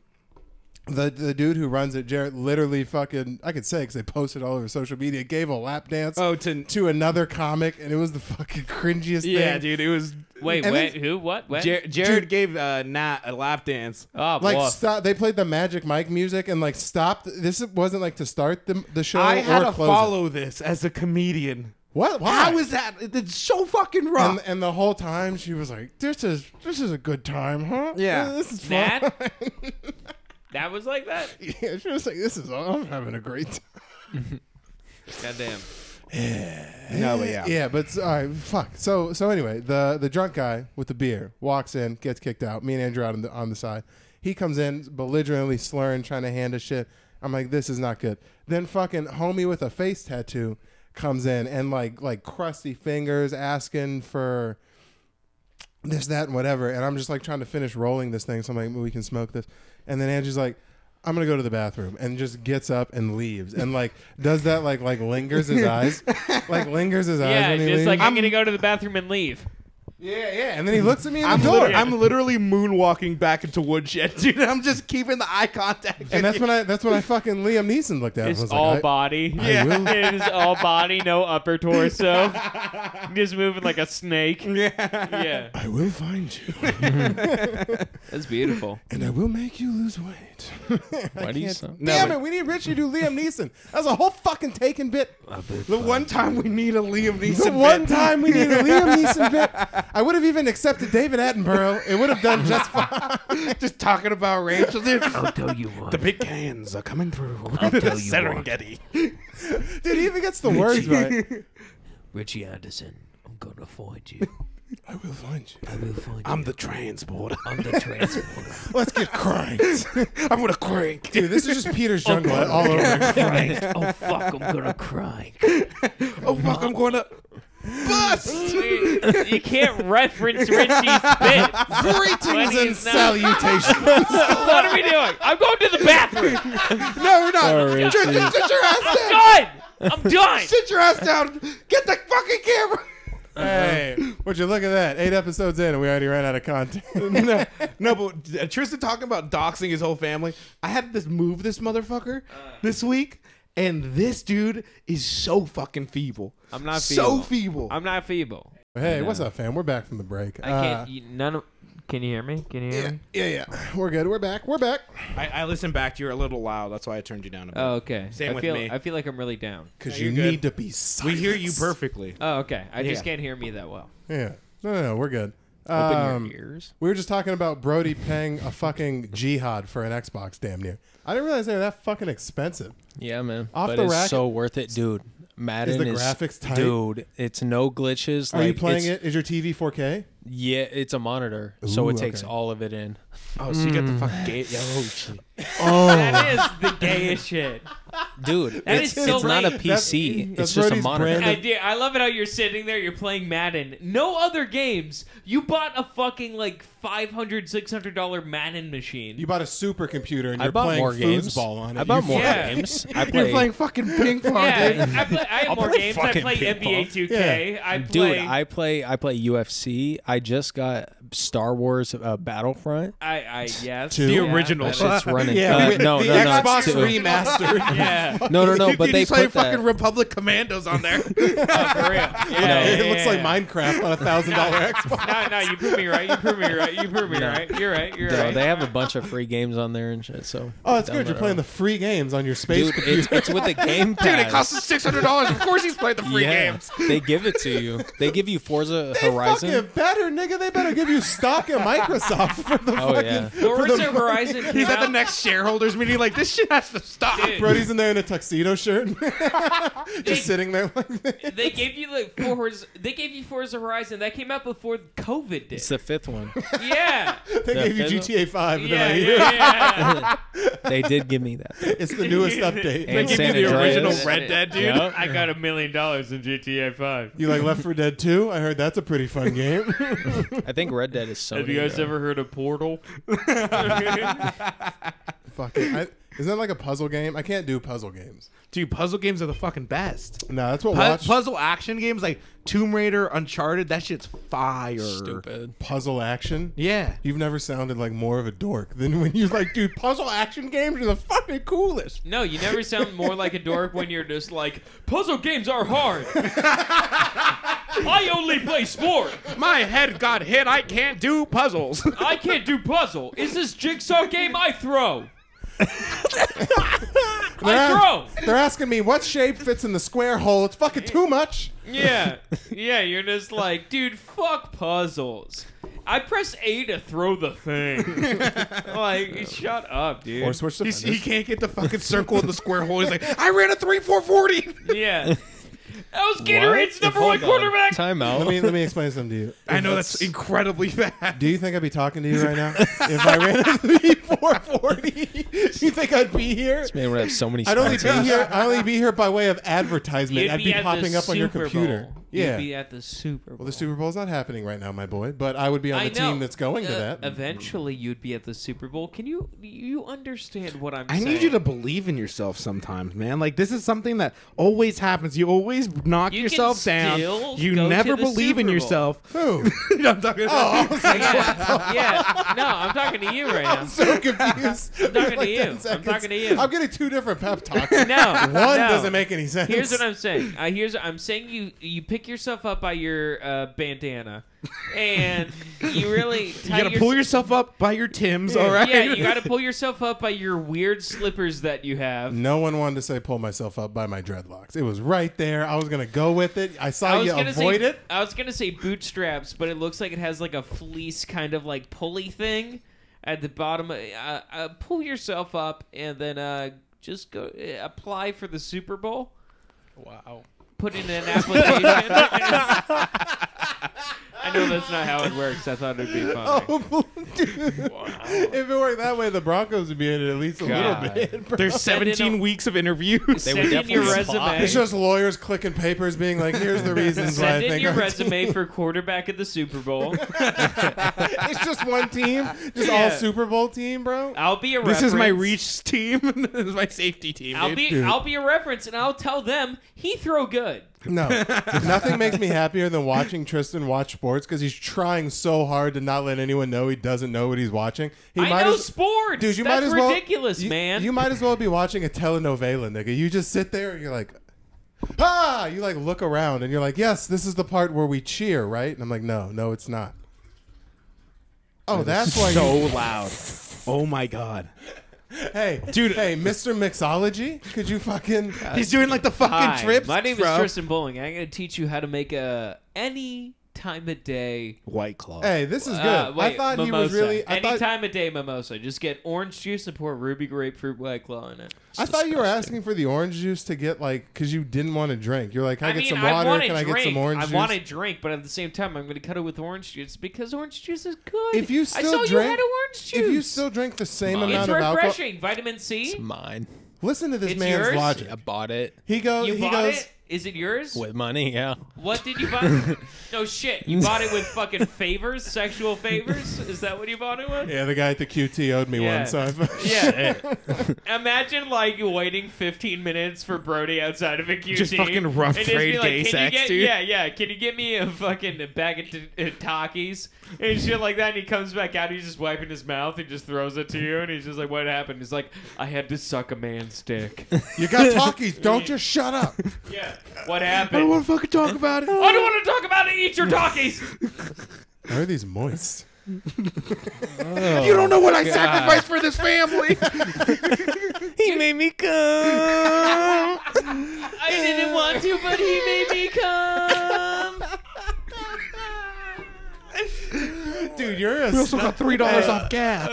[SPEAKER 1] the, the dude who runs it, Jarrett, literally fucking, I could say because they posted all over social media, gave a lap dance
[SPEAKER 5] oh, to
[SPEAKER 1] to another comic, and it was the fucking cringiest
[SPEAKER 5] yeah,
[SPEAKER 1] thing.
[SPEAKER 5] dude. It was
[SPEAKER 2] Wait,
[SPEAKER 1] And
[SPEAKER 2] wait,
[SPEAKER 1] then-
[SPEAKER 2] who? What? When?
[SPEAKER 5] Jar- Jared gave uh, Nat a lap dance.
[SPEAKER 2] oh,
[SPEAKER 1] Like
[SPEAKER 2] woof.
[SPEAKER 1] stop, they played the Magic Mike music and like stopped. This wasn't like to start the, the show.
[SPEAKER 5] I had
[SPEAKER 1] or
[SPEAKER 5] to
[SPEAKER 1] close it.
[SPEAKER 5] follow this as a comedian.
[SPEAKER 1] What? Why?
[SPEAKER 5] How is that? It's so fucking rough.
[SPEAKER 1] and, and the whole time she was like, "This is this is a good time, huh?
[SPEAKER 5] Yeah.
[SPEAKER 1] this is fun."
[SPEAKER 2] Nat? that was like that.
[SPEAKER 1] yeah, she was like, "This is I'm having a great time."
[SPEAKER 2] Goddamn.
[SPEAKER 5] no, but
[SPEAKER 1] Yeah, but all right, fuck. So so anyway, the the drunk guy with the beer walks in, gets kicked out. Me and Andrew out on the on the side. He comes in belligerently slurring, trying to hand us shit. I'm like, this is not good. Then fucking homie with a face tattoo comes in and like like crusty fingers asking for this, that, and whatever. And I'm just like trying to finish rolling this thing. So I'm like, we can smoke this. And then Angie's like, I'm gonna go to the bathroom and just gets up and leaves and like does that like like lingers his eyes, like lingers his eyes
[SPEAKER 2] Yeah,
[SPEAKER 1] when he
[SPEAKER 2] just
[SPEAKER 1] leaves.
[SPEAKER 2] like I'm gonna go to the bathroom and leave.
[SPEAKER 1] yeah, yeah. And then he looks at me in
[SPEAKER 5] I'm,
[SPEAKER 1] the door,
[SPEAKER 5] literally, I'm literally moonwalking back into woodshed, dude. I'm just keeping the eye contact.
[SPEAKER 1] and that's when I that's when I fucking Liam Neeson looked at him. I
[SPEAKER 2] It's
[SPEAKER 1] was
[SPEAKER 2] all
[SPEAKER 1] like, I-
[SPEAKER 2] body.
[SPEAKER 1] I Yeah. will-
[SPEAKER 2] it is all body, no upper torso. just moving like a snake.
[SPEAKER 5] yeah.
[SPEAKER 2] Yeah,
[SPEAKER 1] I will find you,
[SPEAKER 2] that's beautiful.
[SPEAKER 1] and I will make you lose weight.
[SPEAKER 3] Why do you sound?
[SPEAKER 1] Damn it, we need Richie to do Liam Neeson. That's a whole fucking taken bit.
[SPEAKER 5] The one time we need a Liam
[SPEAKER 1] The
[SPEAKER 5] Neeson.
[SPEAKER 1] one
[SPEAKER 5] bit.
[SPEAKER 1] time we need a Liam Neeson bit, I would have even accepted David Attenborough. It would have done just fine.
[SPEAKER 5] just talking about Rachel, dude.
[SPEAKER 2] tell you what.
[SPEAKER 5] the big cans are coming through.
[SPEAKER 2] tell
[SPEAKER 5] the
[SPEAKER 2] you what.
[SPEAKER 5] Serengeti.
[SPEAKER 1] Dude, he even gets the words right.
[SPEAKER 2] Richie Anderson, I'm gonna find you.
[SPEAKER 1] I will find you.
[SPEAKER 2] I will find
[SPEAKER 5] I'm the transporter.
[SPEAKER 2] I'm the transporter.
[SPEAKER 1] Let's get cranked.
[SPEAKER 5] I'm gonna crank.
[SPEAKER 1] Dude, this is just Peter's jungle all over.
[SPEAKER 2] Oh fuck, I'm gonna cry.
[SPEAKER 5] Oh fuck, I'm gonna bust.
[SPEAKER 2] you can't reference Richie's bit.
[SPEAKER 1] Greetings and
[SPEAKER 2] Twenties now.
[SPEAKER 1] salutations.
[SPEAKER 2] what are we doing? I'm going to the bathroom.
[SPEAKER 5] No, we're not.
[SPEAKER 3] Oh, Richie.
[SPEAKER 5] Sit your ass down.
[SPEAKER 2] Done. I'm done.
[SPEAKER 5] Sit your ass down. Get the fucking camera.
[SPEAKER 1] hey, would you look at that? Eight episodes in and we already ran out of content.
[SPEAKER 5] no, no, but uh, Tristan talking about doxing his whole family. I had this move this motherfucker
[SPEAKER 2] Uh.
[SPEAKER 5] this week, and this dude is so fucking feeble.
[SPEAKER 2] I'm not
[SPEAKER 5] So
[SPEAKER 2] feeble.
[SPEAKER 5] feeble.
[SPEAKER 2] I'm not feeble.
[SPEAKER 1] Hey, what's up, fam? We're back from the break.
[SPEAKER 2] I can't. you, none of. Can you hear me? Can you hear me?
[SPEAKER 1] yeah, yeah, yeah. We're good. We're back. We're back.
[SPEAKER 5] I, I listened back. You're a little loud. That's why I turned you down a bit.
[SPEAKER 2] Oh, okay.
[SPEAKER 5] Same
[SPEAKER 2] I
[SPEAKER 5] with
[SPEAKER 2] feel,
[SPEAKER 5] me.
[SPEAKER 2] I feel like I'm really down.
[SPEAKER 1] Because
[SPEAKER 5] No,
[SPEAKER 1] you
[SPEAKER 5] you're good.
[SPEAKER 1] need to be silent.
[SPEAKER 5] we hear you perfectly.
[SPEAKER 2] Oh, okay. I just
[SPEAKER 5] Yeah.
[SPEAKER 2] can't hear me that well.
[SPEAKER 1] Yeah. No, no, no. We're good.
[SPEAKER 3] Open
[SPEAKER 1] Um,
[SPEAKER 3] your ears.
[SPEAKER 1] we were just talking about Brody paying a fucking jihad for an Xbox, damn near. I didn't realize they were that fucking expensive.
[SPEAKER 3] Yeah, man.
[SPEAKER 1] Off
[SPEAKER 3] but
[SPEAKER 1] the
[SPEAKER 3] it's
[SPEAKER 1] rack-
[SPEAKER 3] so worth it, dude. Madden
[SPEAKER 1] the graphics tight?
[SPEAKER 3] dude. It's no glitches.
[SPEAKER 1] Are
[SPEAKER 3] like,
[SPEAKER 1] you playing
[SPEAKER 3] it's-
[SPEAKER 1] it? Is your TV 4K?
[SPEAKER 3] Yeah, it's a monitor, so
[SPEAKER 1] Ooh,
[SPEAKER 3] it takes
[SPEAKER 1] okay.
[SPEAKER 3] all of it in.
[SPEAKER 5] Oh, so you got the fucking gate. Yeah, oh, shit.
[SPEAKER 2] That is the gayest shit.
[SPEAKER 3] Dude,
[SPEAKER 2] That
[SPEAKER 3] it's,
[SPEAKER 2] is so
[SPEAKER 3] it's not a
[SPEAKER 2] right.
[SPEAKER 3] PC.
[SPEAKER 1] That's- that's
[SPEAKER 3] it's just a
[SPEAKER 1] Brody's
[SPEAKER 3] monitor.
[SPEAKER 1] brand
[SPEAKER 2] I, do- I love it how you're sitting there, you're playing Madden. No other games. You bought a fucking like $500, $600 Madden machine.
[SPEAKER 1] You bought a supercomputer and
[SPEAKER 3] I
[SPEAKER 1] you're
[SPEAKER 3] bought
[SPEAKER 1] playing
[SPEAKER 3] more games.
[SPEAKER 1] foosball on it.
[SPEAKER 3] I bought
[SPEAKER 1] You
[SPEAKER 3] more
[SPEAKER 2] Yeah.
[SPEAKER 3] games. I
[SPEAKER 5] You're
[SPEAKER 3] play,
[SPEAKER 5] playing fucking ping pong, dude.
[SPEAKER 2] yeah, I, play, I have more
[SPEAKER 3] play
[SPEAKER 2] games. I
[SPEAKER 3] fucking
[SPEAKER 2] play
[SPEAKER 3] ping
[SPEAKER 2] NBA 2K. I play.
[SPEAKER 3] dude. I play. I play UFC. I just got Star Wars uh, Battlefront.
[SPEAKER 2] I, I yes.
[SPEAKER 1] The
[SPEAKER 2] yeah,
[SPEAKER 5] original.
[SPEAKER 3] That
[SPEAKER 2] that
[SPEAKER 3] shit's running.
[SPEAKER 5] Yeah,
[SPEAKER 3] Uh,
[SPEAKER 5] we-
[SPEAKER 3] no,
[SPEAKER 5] the
[SPEAKER 3] no, no, it's
[SPEAKER 5] Xbox
[SPEAKER 3] two.
[SPEAKER 5] remastered.
[SPEAKER 2] is- yeah, Oh,
[SPEAKER 3] No, no, no. But
[SPEAKER 5] you
[SPEAKER 3] they
[SPEAKER 5] just play
[SPEAKER 3] put
[SPEAKER 5] fucking
[SPEAKER 3] that.
[SPEAKER 5] Republic Commandos on there.
[SPEAKER 2] for real. Yeah, yeah,
[SPEAKER 1] it
[SPEAKER 2] yeah,
[SPEAKER 1] looks like
[SPEAKER 2] yeah.
[SPEAKER 1] Minecraft on a thousand dollar Xbox.
[SPEAKER 2] No, no, you prove me right. You prove me right. You prove me right. You're right. You're
[SPEAKER 3] No,
[SPEAKER 2] right.
[SPEAKER 3] they have a bunch of free games on there and shit. So
[SPEAKER 1] Oh, that's good.
[SPEAKER 3] download
[SPEAKER 1] You're
[SPEAKER 3] it
[SPEAKER 1] playing
[SPEAKER 3] all.
[SPEAKER 1] the free games on your space
[SPEAKER 3] dude.
[SPEAKER 1] computer.
[SPEAKER 3] It's, it's with a game pass.
[SPEAKER 5] Dude, it costs us six hundred dollars. Of course, he's played the free
[SPEAKER 3] yeah,
[SPEAKER 5] games.
[SPEAKER 3] they give it to you. They give you Forza
[SPEAKER 1] They
[SPEAKER 3] Horizon.
[SPEAKER 1] fucking better, nigga. They better give you stock in Microsoft for the
[SPEAKER 3] oh
[SPEAKER 1] fucking.
[SPEAKER 3] yeah.
[SPEAKER 2] Forza Horizon.
[SPEAKER 5] He's
[SPEAKER 2] came
[SPEAKER 5] at the
[SPEAKER 2] out-
[SPEAKER 5] next shareholders meeting. Like this shit has to stop.
[SPEAKER 2] Dude.
[SPEAKER 1] Brody's in there in a tuxedo shirt, just sitting there like this.
[SPEAKER 2] They gave you like Forza. They gave you Forza Horizon. That came out before COVID did.
[SPEAKER 3] It's the fifth one.
[SPEAKER 2] yeah.
[SPEAKER 1] They
[SPEAKER 3] The
[SPEAKER 1] gave you
[SPEAKER 3] federal-
[SPEAKER 1] GTA Five, and
[SPEAKER 2] Yeah,
[SPEAKER 1] they're like,
[SPEAKER 2] yeah, yeah.
[SPEAKER 3] they did give me that.
[SPEAKER 1] "It's the newest update."
[SPEAKER 3] And
[SPEAKER 5] Give
[SPEAKER 3] San
[SPEAKER 5] you the
[SPEAKER 3] Andreas.
[SPEAKER 5] original Red Dead, dude.
[SPEAKER 3] Yeah.
[SPEAKER 2] I got a million dollars in GTA 5.
[SPEAKER 1] you like Left 4 Dead 2? I heard that's a pretty fun game.
[SPEAKER 3] I think Red Dead is so.
[SPEAKER 2] Have you guys ever heard of Portal?
[SPEAKER 1] fucking, I, isn't that like a puzzle game? I can't do puzzle games.
[SPEAKER 5] Dude, puzzle games are the fucking best.
[SPEAKER 1] No, that's what
[SPEAKER 5] Pu-
[SPEAKER 1] watch
[SPEAKER 5] Puzzle action games like Tomb Raider, Uncharted. That shit's fire.
[SPEAKER 3] stupid?
[SPEAKER 1] puzzle action.
[SPEAKER 5] Yeah.
[SPEAKER 1] You've never sounded like more of a dork than when you're like, dude, puzzle action games are the fucking coolest.
[SPEAKER 2] No, you never sound more like a dork when you're just like, puzzle games are hard. I only play sport.
[SPEAKER 5] My head got hit. I can't do puzzles.
[SPEAKER 2] I can't do puzzle. Is this jigsaw game? I throw. I throw.
[SPEAKER 1] They're asking me what shape fits in the square hole. It's fucking too much.
[SPEAKER 2] Yeah. Yeah, you're just like, dude, fuck puzzles. I press A to throw the thing. like, shut up, dude.
[SPEAKER 1] Or switch to
[SPEAKER 5] He's- he can't get the fucking circle in the square hole. He's like, I ran a three four forty.
[SPEAKER 2] Yeah. That was Gatorade's number one quarterback.
[SPEAKER 3] Time out.
[SPEAKER 1] Let me let me explain something to you.
[SPEAKER 5] I know that's incredibly bad.
[SPEAKER 1] Do you think I'd be talking to you right now if I ran a three four forty? Do you think I'd be here?
[SPEAKER 3] Man, we have so many.
[SPEAKER 1] I'd only be
[SPEAKER 3] sponsors.
[SPEAKER 1] here. I'd only be here by way of advertisement.
[SPEAKER 2] You'd
[SPEAKER 1] I'd be,
[SPEAKER 2] at the
[SPEAKER 1] popping up on your
[SPEAKER 2] Super
[SPEAKER 1] computer.
[SPEAKER 2] Bowl.
[SPEAKER 1] Yeah.
[SPEAKER 2] You'd be at the Super Bowl.
[SPEAKER 1] well, the Super Bowl's not happening right now, my boy. But I would be on the team that's going to
[SPEAKER 2] Uh,
[SPEAKER 1] that.
[SPEAKER 2] Eventually, you'd be at the Super Bowl. Can you you understand what I'm
[SPEAKER 5] I
[SPEAKER 2] saying?
[SPEAKER 5] need you to believe in yourself sometimes, man. Like this is something that always happens. You always knock
[SPEAKER 2] You can
[SPEAKER 5] yourself down.
[SPEAKER 2] still
[SPEAKER 5] You
[SPEAKER 2] go
[SPEAKER 5] never
[SPEAKER 2] to the
[SPEAKER 5] believe
[SPEAKER 2] Super
[SPEAKER 5] in
[SPEAKER 2] Bowl.
[SPEAKER 5] yourself.
[SPEAKER 1] Who?
[SPEAKER 5] I'm talking about.
[SPEAKER 2] Yeah, yeah. No, I'm talking to you right now.
[SPEAKER 1] so confused. I'm
[SPEAKER 2] talking to you. I'm talking to you.
[SPEAKER 1] I'm getting two different pep talks. One
[SPEAKER 2] No, no.
[SPEAKER 1] doesn't make any sense.
[SPEAKER 2] Here's what I'm saying. Uh, here's I'm saying you you pick yourself up by your uh, bandana, and you really tie
[SPEAKER 5] You gotta
[SPEAKER 2] your-
[SPEAKER 5] pull yourself up by your Tim's, all right?
[SPEAKER 2] Yeah, you gotta pull yourself up by your weird slippers that you have.
[SPEAKER 1] No one wanted to say pull myself up by my dreadlocks. It was right there. I was gonna go with it. I saw
[SPEAKER 2] I was
[SPEAKER 1] you
[SPEAKER 2] gonna
[SPEAKER 1] avoid
[SPEAKER 2] say,
[SPEAKER 1] it.
[SPEAKER 2] I was gonna say bootstraps, but it looks like it has like a fleece kind of like pulley thing at the bottom. Uh, uh, pull yourself up and then uh, just go uh, apply for the Super Bowl.
[SPEAKER 3] Wow.
[SPEAKER 2] Put in an application. I know that's not how it works. I thought it'd be funny.
[SPEAKER 1] Oh, dude. If it worked that way, the Broncos would be in it at least a
[SPEAKER 3] God.
[SPEAKER 1] little bit. bro.
[SPEAKER 5] There's
[SPEAKER 2] Send in a-
[SPEAKER 5] 17 weeks of interviews.
[SPEAKER 2] Send in your
[SPEAKER 3] definitely apply.
[SPEAKER 2] resume.
[SPEAKER 1] It's just lawyers clicking papers, being like, "Here's the reasons why I
[SPEAKER 2] Send in
[SPEAKER 1] think."
[SPEAKER 2] your
[SPEAKER 1] our
[SPEAKER 2] resume
[SPEAKER 1] team-
[SPEAKER 2] for quarterback at the Super Bowl.
[SPEAKER 1] it's just one team, just all
[SPEAKER 2] Yeah.
[SPEAKER 1] Super Bowl team, bro.
[SPEAKER 2] I'll be a
[SPEAKER 5] this is my
[SPEAKER 2] reference.
[SPEAKER 5] reach team. this is my safety team.
[SPEAKER 2] I'll
[SPEAKER 5] dude.
[SPEAKER 2] be
[SPEAKER 1] Dude.
[SPEAKER 2] I'll be a reference and I'll tell them he throw good.
[SPEAKER 1] No, nothing makes me happier than watching Tristan watch sports because he's trying so hard to not let anyone know he doesn't know what he's watching. He
[SPEAKER 2] I know
[SPEAKER 1] as-
[SPEAKER 2] sports.
[SPEAKER 1] dude. You
[SPEAKER 2] That's
[SPEAKER 1] might as well
[SPEAKER 2] ridiculous,
[SPEAKER 1] you-
[SPEAKER 2] man.
[SPEAKER 1] You might as well be watching a telenovela, nigga. You just sit there and you're like, ah, you like look around and you're like, yes, this is the part where we cheer, right? And I'm like, no, no, it's not. Oh, that's why.
[SPEAKER 5] so
[SPEAKER 1] you-
[SPEAKER 5] loud. Oh my god.
[SPEAKER 1] hey, dude. Hey, Mr. Mixology, could you fucking?
[SPEAKER 5] He's doing like the fucking
[SPEAKER 2] Uh, Hi,
[SPEAKER 5] trips.
[SPEAKER 2] my name
[SPEAKER 5] bro.
[SPEAKER 2] is Tristan Bowling. I'm going to teach you how to make a any time of day.
[SPEAKER 5] White Claw.
[SPEAKER 1] Hey, this is good.
[SPEAKER 2] Uh, wait,
[SPEAKER 1] I thought he was
[SPEAKER 2] mimosa.
[SPEAKER 1] really. I
[SPEAKER 2] any
[SPEAKER 1] thought,
[SPEAKER 2] time of day mimosa. Just get orange juice and pour ruby grapefruit white claw in it.
[SPEAKER 1] I thought you were asking for the orange juice to get like because you didn't want to drink. You're like, can I,
[SPEAKER 2] I
[SPEAKER 1] get
[SPEAKER 2] mean,
[SPEAKER 1] some
[SPEAKER 2] I
[SPEAKER 1] water?
[SPEAKER 2] want to
[SPEAKER 1] can
[SPEAKER 2] drink.
[SPEAKER 1] I get some orange
[SPEAKER 2] I
[SPEAKER 1] juice?
[SPEAKER 2] want to drink, but at the same time, I'm going to cut it with orange juice because orange juice is good.
[SPEAKER 1] If you
[SPEAKER 2] I
[SPEAKER 1] still
[SPEAKER 2] saw you
[SPEAKER 1] drink-
[SPEAKER 2] had orange juice.
[SPEAKER 1] if you still drink the same
[SPEAKER 3] Mine.
[SPEAKER 1] amount of
[SPEAKER 2] it's
[SPEAKER 1] alcohol,
[SPEAKER 2] refreshing. Vitamin C.
[SPEAKER 3] It's mine.
[SPEAKER 1] listen to this
[SPEAKER 2] It's
[SPEAKER 1] man's
[SPEAKER 2] yours?
[SPEAKER 1] logic.
[SPEAKER 3] I bought it
[SPEAKER 1] He goes.
[SPEAKER 2] You
[SPEAKER 1] he
[SPEAKER 2] bought
[SPEAKER 1] goes.
[SPEAKER 2] it? Is it yours?
[SPEAKER 3] with money. Yeah.
[SPEAKER 2] What did you buy? no shit. You bought it with fucking favors, sexual favors. Is that what you bought it with?
[SPEAKER 1] Yeah, the guy at the QT owed me
[SPEAKER 2] Yeah.
[SPEAKER 1] one, so I.
[SPEAKER 2] Yeah. Imagine like waiting 15 minutes for Brody outside of a QT.
[SPEAKER 5] Just fucking rough
[SPEAKER 2] and just be
[SPEAKER 5] trade
[SPEAKER 2] like,
[SPEAKER 5] gay
[SPEAKER 2] "Can you
[SPEAKER 5] sex,
[SPEAKER 2] get-
[SPEAKER 5] dude."
[SPEAKER 2] Yeah, yeah. Can you get me a fucking bag of t- uh, Takis and shit like that? And he comes back out. He's just wiping his mouth. He just throws it to you, and he's just like, "What happened?" He's like, "I had to suck a man's dick."
[SPEAKER 1] You got talkies. Don't just shut up.
[SPEAKER 2] yeah. What happened?
[SPEAKER 5] want to fucking talk about it.
[SPEAKER 2] I don't want to talk about it. Eat your Takis.
[SPEAKER 1] How are these moist?
[SPEAKER 5] You don't know what
[SPEAKER 2] Oh,
[SPEAKER 5] I sacrificed for this family.
[SPEAKER 3] He made me come.
[SPEAKER 2] I didn't want to, but he made me come.
[SPEAKER 1] Dude, you're a.
[SPEAKER 5] also got three dollars off gas.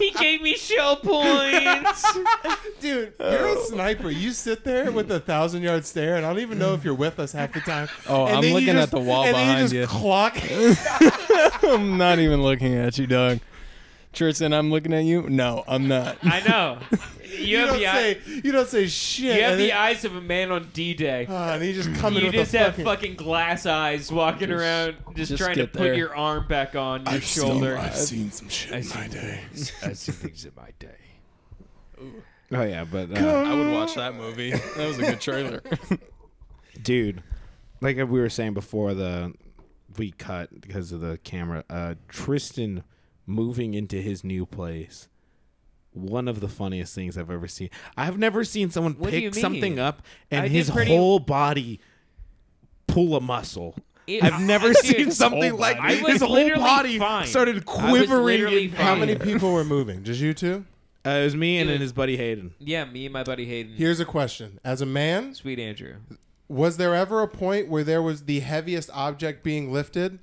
[SPEAKER 2] He gave me shell points.
[SPEAKER 1] Dude, you're a sniper. You sit there with a thousand yard stare, and I don't even know if you're with us half the time.
[SPEAKER 3] Oh,
[SPEAKER 1] And
[SPEAKER 3] I'm
[SPEAKER 1] then you
[SPEAKER 3] looking
[SPEAKER 1] just-
[SPEAKER 3] at the wall
[SPEAKER 1] and
[SPEAKER 3] behind
[SPEAKER 1] then you. Just
[SPEAKER 3] you.
[SPEAKER 1] clock.
[SPEAKER 3] I'm not even looking at you, Doug. Tristan, I'm looking at you. No, I'm not.
[SPEAKER 2] I know. You,
[SPEAKER 1] You
[SPEAKER 2] have
[SPEAKER 1] don't
[SPEAKER 2] the eye-
[SPEAKER 1] say. You don't say shit.
[SPEAKER 2] you have
[SPEAKER 1] and
[SPEAKER 2] the
[SPEAKER 1] then-
[SPEAKER 2] eyes of a man on D-Day.
[SPEAKER 1] Ah, and he just coming
[SPEAKER 2] You
[SPEAKER 1] with
[SPEAKER 2] just
[SPEAKER 1] a
[SPEAKER 2] have
[SPEAKER 1] fucking.
[SPEAKER 2] fucking glass eyes walking
[SPEAKER 3] Just-
[SPEAKER 2] around, just,
[SPEAKER 3] just
[SPEAKER 2] trying to
[SPEAKER 3] get
[SPEAKER 2] put
[SPEAKER 3] there.
[SPEAKER 2] your arm back on your shoulder.
[SPEAKER 1] seen some shit
[SPEAKER 2] I've seen
[SPEAKER 1] day.
[SPEAKER 2] things. I've seen things in my day.
[SPEAKER 5] Oh yeah, but
[SPEAKER 3] I would watch that movie. That was a good trailer.
[SPEAKER 5] dude, like we were saying before the we cut because of the camera. Uh, Tristan moving into his new place. One of the funniest things I've ever seen. I've never seen someone
[SPEAKER 2] What do you
[SPEAKER 5] pick something
[SPEAKER 2] mean?
[SPEAKER 5] up
[SPEAKER 2] I
[SPEAKER 5] and
[SPEAKER 2] did
[SPEAKER 5] his
[SPEAKER 2] pretty-
[SPEAKER 5] whole body pull a muscle.
[SPEAKER 2] Ew.
[SPEAKER 5] I've never
[SPEAKER 2] Dude,
[SPEAKER 5] seen something like
[SPEAKER 2] body. I was
[SPEAKER 5] his whole
[SPEAKER 2] literally
[SPEAKER 5] body
[SPEAKER 2] fine.
[SPEAKER 5] started
[SPEAKER 2] I was
[SPEAKER 5] quivering.
[SPEAKER 2] literally
[SPEAKER 5] in-
[SPEAKER 1] How
[SPEAKER 2] fine.
[SPEAKER 1] many people were moving? Just you two?
[SPEAKER 5] Uh, it was me and
[SPEAKER 2] Dude.
[SPEAKER 5] then his buddy Hayden.
[SPEAKER 2] Yeah, me and my buddy Hayden.
[SPEAKER 1] Here's a question: As a man,
[SPEAKER 2] Sweet Andrew.
[SPEAKER 1] was there ever a point where there was the heaviest object being lifted?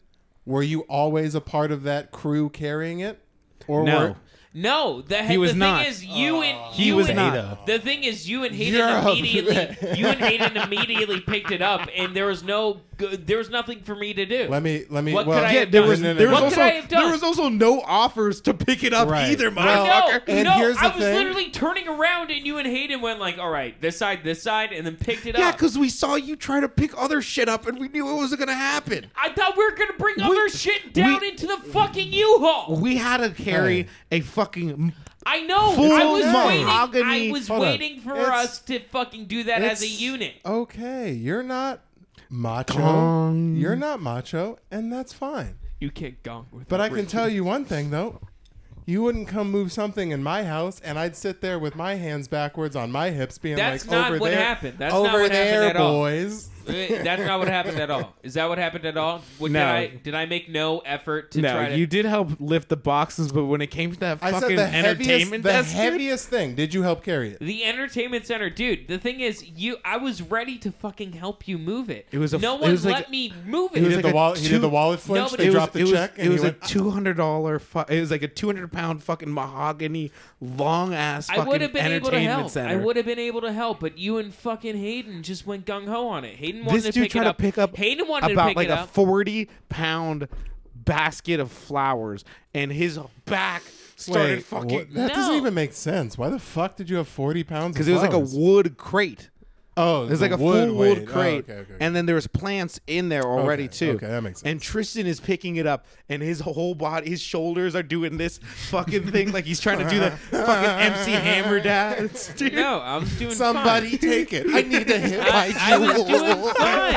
[SPEAKER 1] Were you always a part of that crew carrying it? Or
[SPEAKER 5] No,
[SPEAKER 2] No, the he
[SPEAKER 5] was
[SPEAKER 2] the
[SPEAKER 5] not.
[SPEAKER 2] Thing is, you and
[SPEAKER 5] He
[SPEAKER 2] you
[SPEAKER 5] was
[SPEAKER 2] and,
[SPEAKER 5] not.
[SPEAKER 2] The thing is, you and Hayden
[SPEAKER 1] Oh. You're a
[SPEAKER 2] immediately, you and Hayden immediately picked it up, and there was no, good, there was nothing for me to do.
[SPEAKER 1] were, let me let me
[SPEAKER 2] What
[SPEAKER 1] well,
[SPEAKER 2] could I
[SPEAKER 5] Yeah,
[SPEAKER 2] have
[SPEAKER 5] there
[SPEAKER 2] done?
[SPEAKER 5] was
[SPEAKER 1] No, no, no,
[SPEAKER 5] there was
[SPEAKER 1] no.
[SPEAKER 2] What could
[SPEAKER 5] also
[SPEAKER 2] I have done?
[SPEAKER 5] there was also no offers to pick it up
[SPEAKER 1] Right.
[SPEAKER 5] either,
[SPEAKER 1] Well,
[SPEAKER 2] No,
[SPEAKER 5] motherfucker.
[SPEAKER 1] And
[SPEAKER 2] no,
[SPEAKER 1] here's the
[SPEAKER 2] I was
[SPEAKER 1] thing.
[SPEAKER 2] literally turning around, and you and Hayden went like, "All right, this side, this side," and then picked it
[SPEAKER 5] Yeah,
[SPEAKER 2] up.
[SPEAKER 5] because we saw you try to pick other shit up, and we knew it wasn't gonna happen.
[SPEAKER 2] I thought we were gonna bring other shit down into the fucking U-Haul.
[SPEAKER 5] We had to carry a fucking.
[SPEAKER 2] I know.
[SPEAKER 5] Full
[SPEAKER 2] I was waiting.
[SPEAKER 5] mahogany-
[SPEAKER 2] I was
[SPEAKER 1] Hold on.
[SPEAKER 2] waiting for
[SPEAKER 1] It's-
[SPEAKER 2] us to fucking do that as a
[SPEAKER 1] It's-
[SPEAKER 2] unit.
[SPEAKER 1] Okay, you're not macho.
[SPEAKER 5] Gong.
[SPEAKER 1] You're not macho, and that's fine.
[SPEAKER 2] You can't gong with.
[SPEAKER 1] But I can tell you one thing though. You wouldn't come move something in my house, and I'd sit there with my hands backwards on my hips, being
[SPEAKER 2] That's
[SPEAKER 1] like,
[SPEAKER 2] not
[SPEAKER 1] "Over
[SPEAKER 2] what
[SPEAKER 1] there,
[SPEAKER 2] happened. That's
[SPEAKER 1] over
[SPEAKER 2] not what happened
[SPEAKER 1] there,
[SPEAKER 2] at all."
[SPEAKER 1] boys."
[SPEAKER 2] Eh, That's not what happened at all. Is that what happened at all? What,
[SPEAKER 5] No.
[SPEAKER 2] Did I did I make no effort to
[SPEAKER 5] No,
[SPEAKER 2] try to?
[SPEAKER 5] you did help lift the boxes, but when it came to that
[SPEAKER 1] I
[SPEAKER 5] fucking
[SPEAKER 1] said the heaviest,
[SPEAKER 5] entertainment
[SPEAKER 1] the
[SPEAKER 5] desk, dude,
[SPEAKER 1] heaviest thing. Did you help carry it?
[SPEAKER 2] the entertainment center, dude. The thing is, you I was ready to fucking help you move it.
[SPEAKER 5] It was a-
[SPEAKER 2] no
[SPEAKER 5] it
[SPEAKER 2] one
[SPEAKER 5] was like
[SPEAKER 2] let
[SPEAKER 5] a-
[SPEAKER 2] me move it.
[SPEAKER 1] He
[SPEAKER 5] was
[SPEAKER 1] did
[SPEAKER 5] like
[SPEAKER 1] the
[SPEAKER 5] a
[SPEAKER 1] wallet. He did the
[SPEAKER 5] two-
[SPEAKER 1] wallet flinch.
[SPEAKER 2] but
[SPEAKER 1] they
[SPEAKER 2] it was-
[SPEAKER 1] dropped the
[SPEAKER 5] it
[SPEAKER 1] check.
[SPEAKER 5] Was,
[SPEAKER 1] and
[SPEAKER 5] it was
[SPEAKER 1] he
[SPEAKER 5] a
[SPEAKER 1] went,
[SPEAKER 5] two hundred dollar. Fu- it was like a two hundred pound fucking mahogany long ass.
[SPEAKER 2] I would have been able to
[SPEAKER 5] entertainment
[SPEAKER 2] help.
[SPEAKER 5] Center.
[SPEAKER 2] I would have been able to help, but you and fucking Hayden just went gung ho on it. Hayden wanted
[SPEAKER 5] This
[SPEAKER 2] to
[SPEAKER 5] dude
[SPEAKER 2] pick
[SPEAKER 5] tried
[SPEAKER 2] it
[SPEAKER 5] to
[SPEAKER 2] up.
[SPEAKER 5] pick up
[SPEAKER 2] Hayden wanted
[SPEAKER 5] about
[SPEAKER 2] to pick
[SPEAKER 5] like
[SPEAKER 2] it
[SPEAKER 5] a
[SPEAKER 2] up.
[SPEAKER 5] forty pound basket of flowers, and his back started
[SPEAKER 1] Wait,
[SPEAKER 5] fucking
[SPEAKER 1] what- That doesn't
[SPEAKER 2] No.
[SPEAKER 1] even make sense. Why the fuck did you have forty pounds?
[SPEAKER 5] because
[SPEAKER 1] Because
[SPEAKER 5] it was like a wood crate.
[SPEAKER 1] Oh,
[SPEAKER 5] There's
[SPEAKER 1] the
[SPEAKER 5] like a
[SPEAKER 1] wood
[SPEAKER 5] full
[SPEAKER 1] weight.
[SPEAKER 5] wood crate,
[SPEAKER 1] Oh, okay, okay, okay.
[SPEAKER 5] and then there was plants in there already
[SPEAKER 1] Okay,
[SPEAKER 5] too.
[SPEAKER 1] okay, that makes sense.
[SPEAKER 5] And Tristan is picking it up, and his whole body, his shoulders are doing this fucking thing, like he's trying to do the fucking MC Hammer dance. dude.
[SPEAKER 2] No, I was doing
[SPEAKER 1] Somebody take it. I need to hit
[SPEAKER 2] Fine. I, I was
[SPEAKER 1] my
[SPEAKER 2] doing
[SPEAKER 1] jewel.
[SPEAKER 2] fine.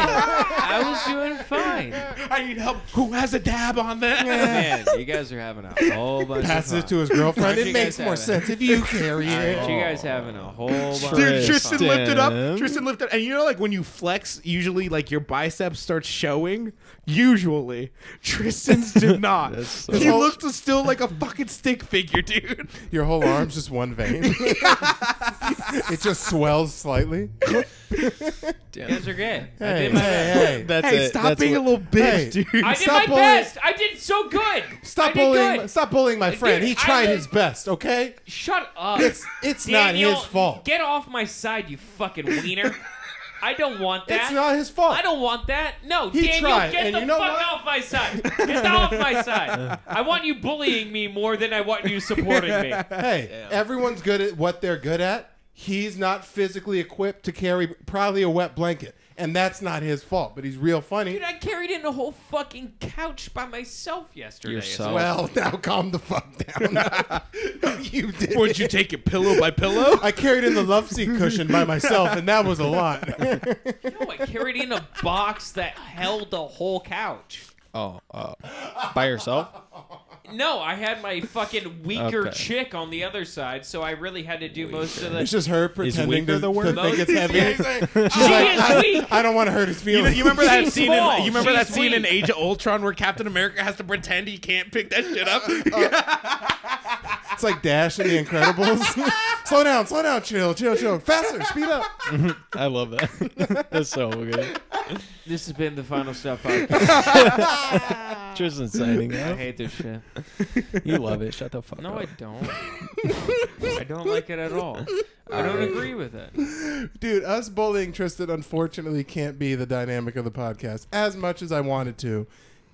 [SPEAKER 2] I was doing fine.
[SPEAKER 5] I need help. Who has a dab on that?
[SPEAKER 2] Man, you guys are having a whole bunch
[SPEAKER 1] Passes
[SPEAKER 2] of
[SPEAKER 1] it
[SPEAKER 2] fun.
[SPEAKER 1] to his girlfriend.
[SPEAKER 2] Aren't
[SPEAKER 1] it
[SPEAKER 2] you
[SPEAKER 1] makes
[SPEAKER 2] guys
[SPEAKER 1] more
[SPEAKER 2] having-
[SPEAKER 1] sense if you carry it.
[SPEAKER 2] Aren't you guys having a whole bunch
[SPEAKER 5] Dude,
[SPEAKER 2] of fun?
[SPEAKER 5] Tristan lifted up.
[SPEAKER 3] Tristan.
[SPEAKER 5] Tristan lifted, and you know, like when you flex, usually like your biceps start showing. Usually, Tristan's did not.
[SPEAKER 3] so-
[SPEAKER 5] he looked still like a fucking stick figure, dude.
[SPEAKER 1] Your whole arm's just one vein. it just swells slightly. Hey,
[SPEAKER 2] You guys are gay. I
[SPEAKER 1] hey,
[SPEAKER 2] did my best.
[SPEAKER 1] hey.
[SPEAKER 3] That's
[SPEAKER 5] hey,
[SPEAKER 3] it.
[SPEAKER 5] stop
[SPEAKER 3] That's
[SPEAKER 5] being
[SPEAKER 3] what-
[SPEAKER 5] a little bitch,
[SPEAKER 1] Hey,
[SPEAKER 5] dude.
[SPEAKER 2] I did
[SPEAKER 1] Stop
[SPEAKER 2] my
[SPEAKER 1] bullying-
[SPEAKER 2] best. I did so good. I
[SPEAKER 1] Stop
[SPEAKER 2] did
[SPEAKER 1] bullying!
[SPEAKER 2] good.
[SPEAKER 1] Stop bullying my friend.
[SPEAKER 2] Dude,
[SPEAKER 1] he
[SPEAKER 2] I
[SPEAKER 1] tried
[SPEAKER 2] was-
[SPEAKER 1] his best. Okay,
[SPEAKER 2] Shut up.
[SPEAKER 1] it's it's
[SPEAKER 2] Daniel,
[SPEAKER 1] not his fault.
[SPEAKER 2] Get off my side, you fucking wiener. I don't want that.
[SPEAKER 1] it's not his fault.
[SPEAKER 2] I don't want that. No,
[SPEAKER 1] He
[SPEAKER 2] Daniel,
[SPEAKER 1] tried,
[SPEAKER 2] get
[SPEAKER 1] and
[SPEAKER 2] the
[SPEAKER 1] you know
[SPEAKER 2] fuck
[SPEAKER 1] what?
[SPEAKER 2] off my side. Get the off my side. I want you bullying me more than I want you supporting me.
[SPEAKER 1] Hey, everyone's good at what they're good at. He's not physically equipped to carry probably a wet blanket, and that's not his fault. But he's real funny.
[SPEAKER 2] Dude, I carried in a whole fucking couch by myself yesterday.
[SPEAKER 3] You're so-
[SPEAKER 1] well, now calm the fuck down. you did.
[SPEAKER 5] Would
[SPEAKER 1] it.
[SPEAKER 5] you take it pillow by pillow?
[SPEAKER 1] I carried in the love seat cushion by myself, and that was a lot.
[SPEAKER 2] No, Oh, I carried in a box that held the whole couch.
[SPEAKER 3] Oh, uh, by yourself?
[SPEAKER 2] No, I had my fucking weaker
[SPEAKER 3] Okay.
[SPEAKER 2] chick on the other side, so I really had to do most of the.
[SPEAKER 1] It's just her pretending
[SPEAKER 3] weaker
[SPEAKER 1] to,
[SPEAKER 3] the
[SPEAKER 1] to
[SPEAKER 3] word?
[SPEAKER 1] think it's
[SPEAKER 2] Yeah,
[SPEAKER 1] heavy.
[SPEAKER 2] she is
[SPEAKER 1] I,
[SPEAKER 2] weak.
[SPEAKER 1] I don't want to hurt his
[SPEAKER 5] You,
[SPEAKER 1] feelings.
[SPEAKER 5] you remember that
[SPEAKER 2] She's
[SPEAKER 5] scene?
[SPEAKER 2] small.
[SPEAKER 5] In, you remember that
[SPEAKER 2] She's
[SPEAKER 5] scene in
[SPEAKER 2] weak.
[SPEAKER 5] Age of Ultron where Captain America has to pretend he can't pick that shit up?
[SPEAKER 1] It's like Dash and the Incredibles. slow down, slow down, chill, chill, chill. Faster, speed up.
[SPEAKER 3] I love that. That's so good.
[SPEAKER 2] This has been the final stuff podcast.
[SPEAKER 3] Tristan signing
[SPEAKER 2] I
[SPEAKER 3] out.
[SPEAKER 2] hate this shit.
[SPEAKER 3] You love it. Shut the fuck
[SPEAKER 2] No,
[SPEAKER 3] up.
[SPEAKER 2] I don't. I don't like it at all. I don't agree with it.
[SPEAKER 1] Dude, us bullying Tristan unfortunately can't be the dynamic of the podcast as much as I wanted to.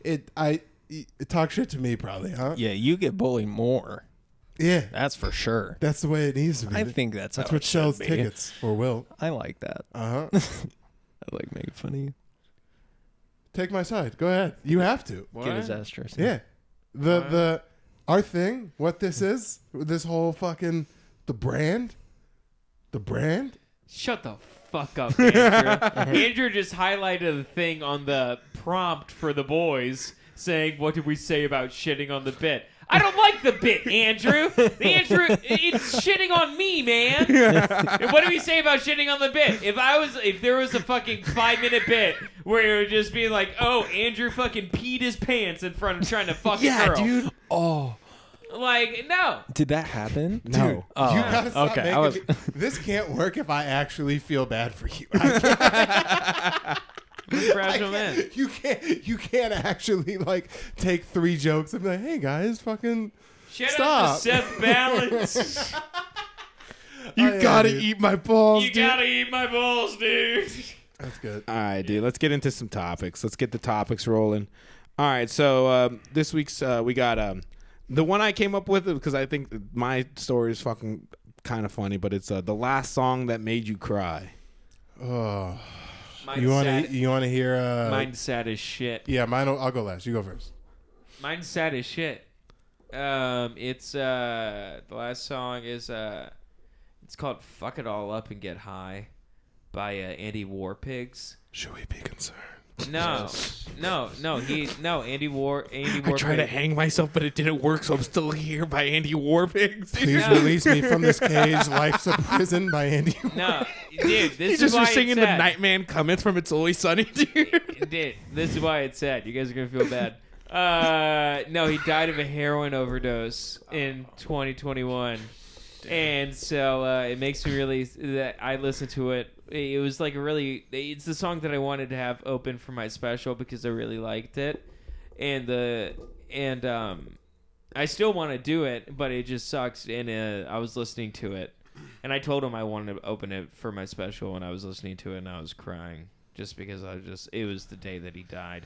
[SPEAKER 1] It I y- talk shit to me probably, huh?
[SPEAKER 3] yeah, you get bullied more.
[SPEAKER 1] Yeah.
[SPEAKER 3] That's for sure.
[SPEAKER 1] That's the way it needs to be.
[SPEAKER 3] I think that's,
[SPEAKER 1] that's
[SPEAKER 3] how
[SPEAKER 1] what
[SPEAKER 3] it should
[SPEAKER 1] sells
[SPEAKER 3] be.
[SPEAKER 1] tickets or will.
[SPEAKER 3] I like that.
[SPEAKER 1] Uh-huh.
[SPEAKER 3] I like making fun of you.
[SPEAKER 1] Take my side. Go ahead. You have to.
[SPEAKER 2] What?
[SPEAKER 3] Get his ass, Tristan.
[SPEAKER 1] Yeah. The the our thing, what this is, this whole fucking the brand, the brand.
[SPEAKER 2] Shut the fuck up, Andrew. Andrew just highlighted the thing on the prompt for the boys saying, What did we say about shitting on the bit? I don't like the bit, Andrew. Andrew, it's shitting on me, man. And what do we say about shitting on the bit? If I was, if there was a fucking five minute bit where it would just be like, oh, Andrew fucking peed his pants in front of trying to fuck a girl.
[SPEAKER 3] Oh,
[SPEAKER 2] Like, no.
[SPEAKER 3] did that happen?
[SPEAKER 1] Dude,
[SPEAKER 3] Oh,
[SPEAKER 1] you gotta stop
[SPEAKER 3] okay,
[SPEAKER 1] making
[SPEAKER 3] I was-
[SPEAKER 1] me- This can't work if I actually feel bad for you. I can't, I
[SPEAKER 2] Fragile man.
[SPEAKER 1] can't- you can't. You can't actually like take three jokes and be like, "Hey guys, fucking."
[SPEAKER 2] Shut up
[SPEAKER 1] Stop.
[SPEAKER 2] to Seth Balance.
[SPEAKER 1] You
[SPEAKER 5] Gotta eat my balls,
[SPEAKER 2] you
[SPEAKER 5] dude.
[SPEAKER 2] gotta eat my balls, dude.
[SPEAKER 1] That's good.
[SPEAKER 5] All right, dude. Let's get into some topics. Let's get the topics rolling. All right. So um, this week's uh, we got um, the one I came up with because I think my story is fucking kind of funny, but it's uh, the last song that made you cry.
[SPEAKER 1] Oh,
[SPEAKER 2] Mine's
[SPEAKER 1] you want
[SPEAKER 2] sad.
[SPEAKER 1] to? You want to hear? Uh,
[SPEAKER 2] Mine's sad as shit.
[SPEAKER 1] Yeah, mine. I'll go last. You go first.
[SPEAKER 2] Mine's sad as shit. Um, it's uh, the last song is uh, it's called "Fuck It All Up and Get High" by uh, Andy Warpigs.
[SPEAKER 1] Should we be concerned?
[SPEAKER 2] No, no, no. He no Andy War Andy
[SPEAKER 5] I tried to
[SPEAKER 2] Warpig.
[SPEAKER 5] hang myself, but it didn't work, so I'm still here by Andy Warpigs.
[SPEAKER 1] Please
[SPEAKER 2] No.
[SPEAKER 1] release me from this cage. Life's a prison by Andy.
[SPEAKER 2] No, dude, this
[SPEAKER 5] You
[SPEAKER 2] is
[SPEAKER 5] just
[SPEAKER 2] why
[SPEAKER 5] were
[SPEAKER 2] it's
[SPEAKER 5] singing the
[SPEAKER 2] sad.
[SPEAKER 5] Nightman cometh from It's Always Sunny, dude.
[SPEAKER 2] Dude, this is why it's sad. You guys are gonna feel bad. Uh, no, he died of a heroin overdose in 2021, and so uh, it makes me really that I listened to it. It was like a really. It's the song that I wanted to have open for my special because I really liked it, and the and um, I still want to do it, but it just sucks. And uh, I was listening to it, and I told him I wanted to open it for my special, and I was listening to it, and I was crying just because I was just. It was the day that he died.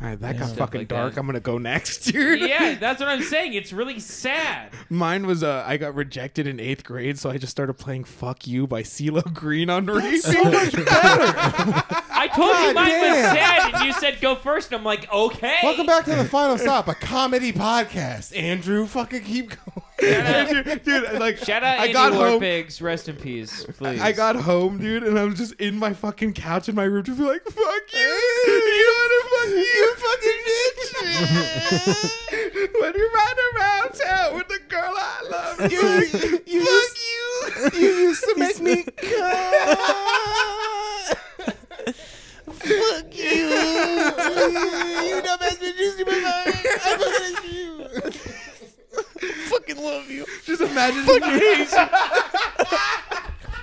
[SPEAKER 5] All right, that got
[SPEAKER 2] Stuff
[SPEAKER 5] fucking
[SPEAKER 2] like
[SPEAKER 5] dark.
[SPEAKER 2] that.
[SPEAKER 5] I'm gonna go next, dude.
[SPEAKER 2] yeah, that's what I'm saying. It's really sad.
[SPEAKER 5] Mine was uh, I got rejected in eighth grade, so I just started playing "Fuck You" by CeeLo Green on repeat.
[SPEAKER 2] I told you mine was
[SPEAKER 1] damn.
[SPEAKER 2] sad, and you said go first, and I'm like, okay.
[SPEAKER 1] Welcome back to the final stop, a comedy podcast. Andrew, fucking keep going.
[SPEAKER 5] dude, dude, like
[SPEAKER 2] Shout out
[SPEAKER 5] I
[SPEAKER 2] Andy
[SPEAKER 5] got home.
[SPEAKER 2] Warpigs. Rest in peace, please.
[SPEAKER 5] I got home, dude, and I was just in my fucking couch in my room, just be like, "Fuck you, you wanna fuck you, fucking bitch." when you run around town with the girl I love, you,
[SPEAKER 1] You- you
[SPEAKER 5] fuck
[SPEAKER 1] just-
[SPEAKER 5] you.
[SPEAKER 1] you used to make me come. Fuck you. you dumbass bitch used to make I fucking you.
[SPEAKER 4] fucking love you.
[SPEAKER 5] Just imagine. Fuck
[SPEAKER 2] I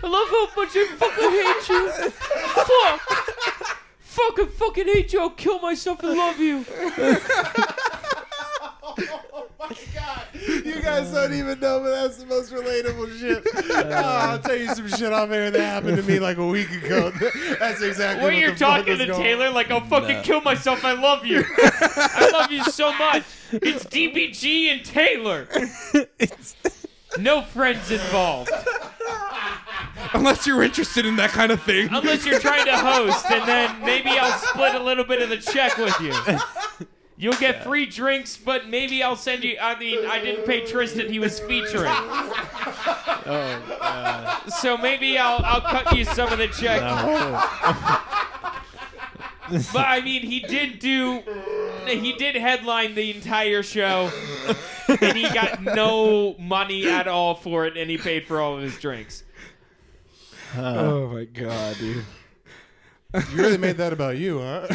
[SPEAKER 2] love how much I fucking hate you. Fuck. Fuck, I fucking hate you. I'll kill myself and love you.
[SPEAKER 1] Oh my god. You guys don't even know, but that's the most relatable shit. Oh, I'll tell you some shit off air that happened to me like a week ago. That's exactly
[SPEAKER 2] Where
[SPEAKER 1] what
[SPEAKER 2] you're
[SPEAKER 1] the fuck
[SPEAKER 2] talking
[SPEAKER 1] was
[SPEAKER 2] to
[SPEAKER 1] going
[SPEAKER 2] Taylor like I'll fucking kill myself. I love you. I love you so much. It's DBG and Taylor. No friends involved.
[SPEAKER 5] Unless you're interested in that kind of thing.
[SPEAKER 2] Unless you're trying to host, and then maybe I'll split a little bit of the check with you. You'll get free drinks, but maybe I'll send you. I mean, I didn't pay Tristan; he was featuring. Oh, so maybe I'll I'll cut you some of the check. But I mean, he did do. He did headline the entire show, and he got no money at all for it, and he paid for all of his drinks.
[SPEAKER 5] Oh my god, dude.
[SPEAKER 1] You really made that about you, huh?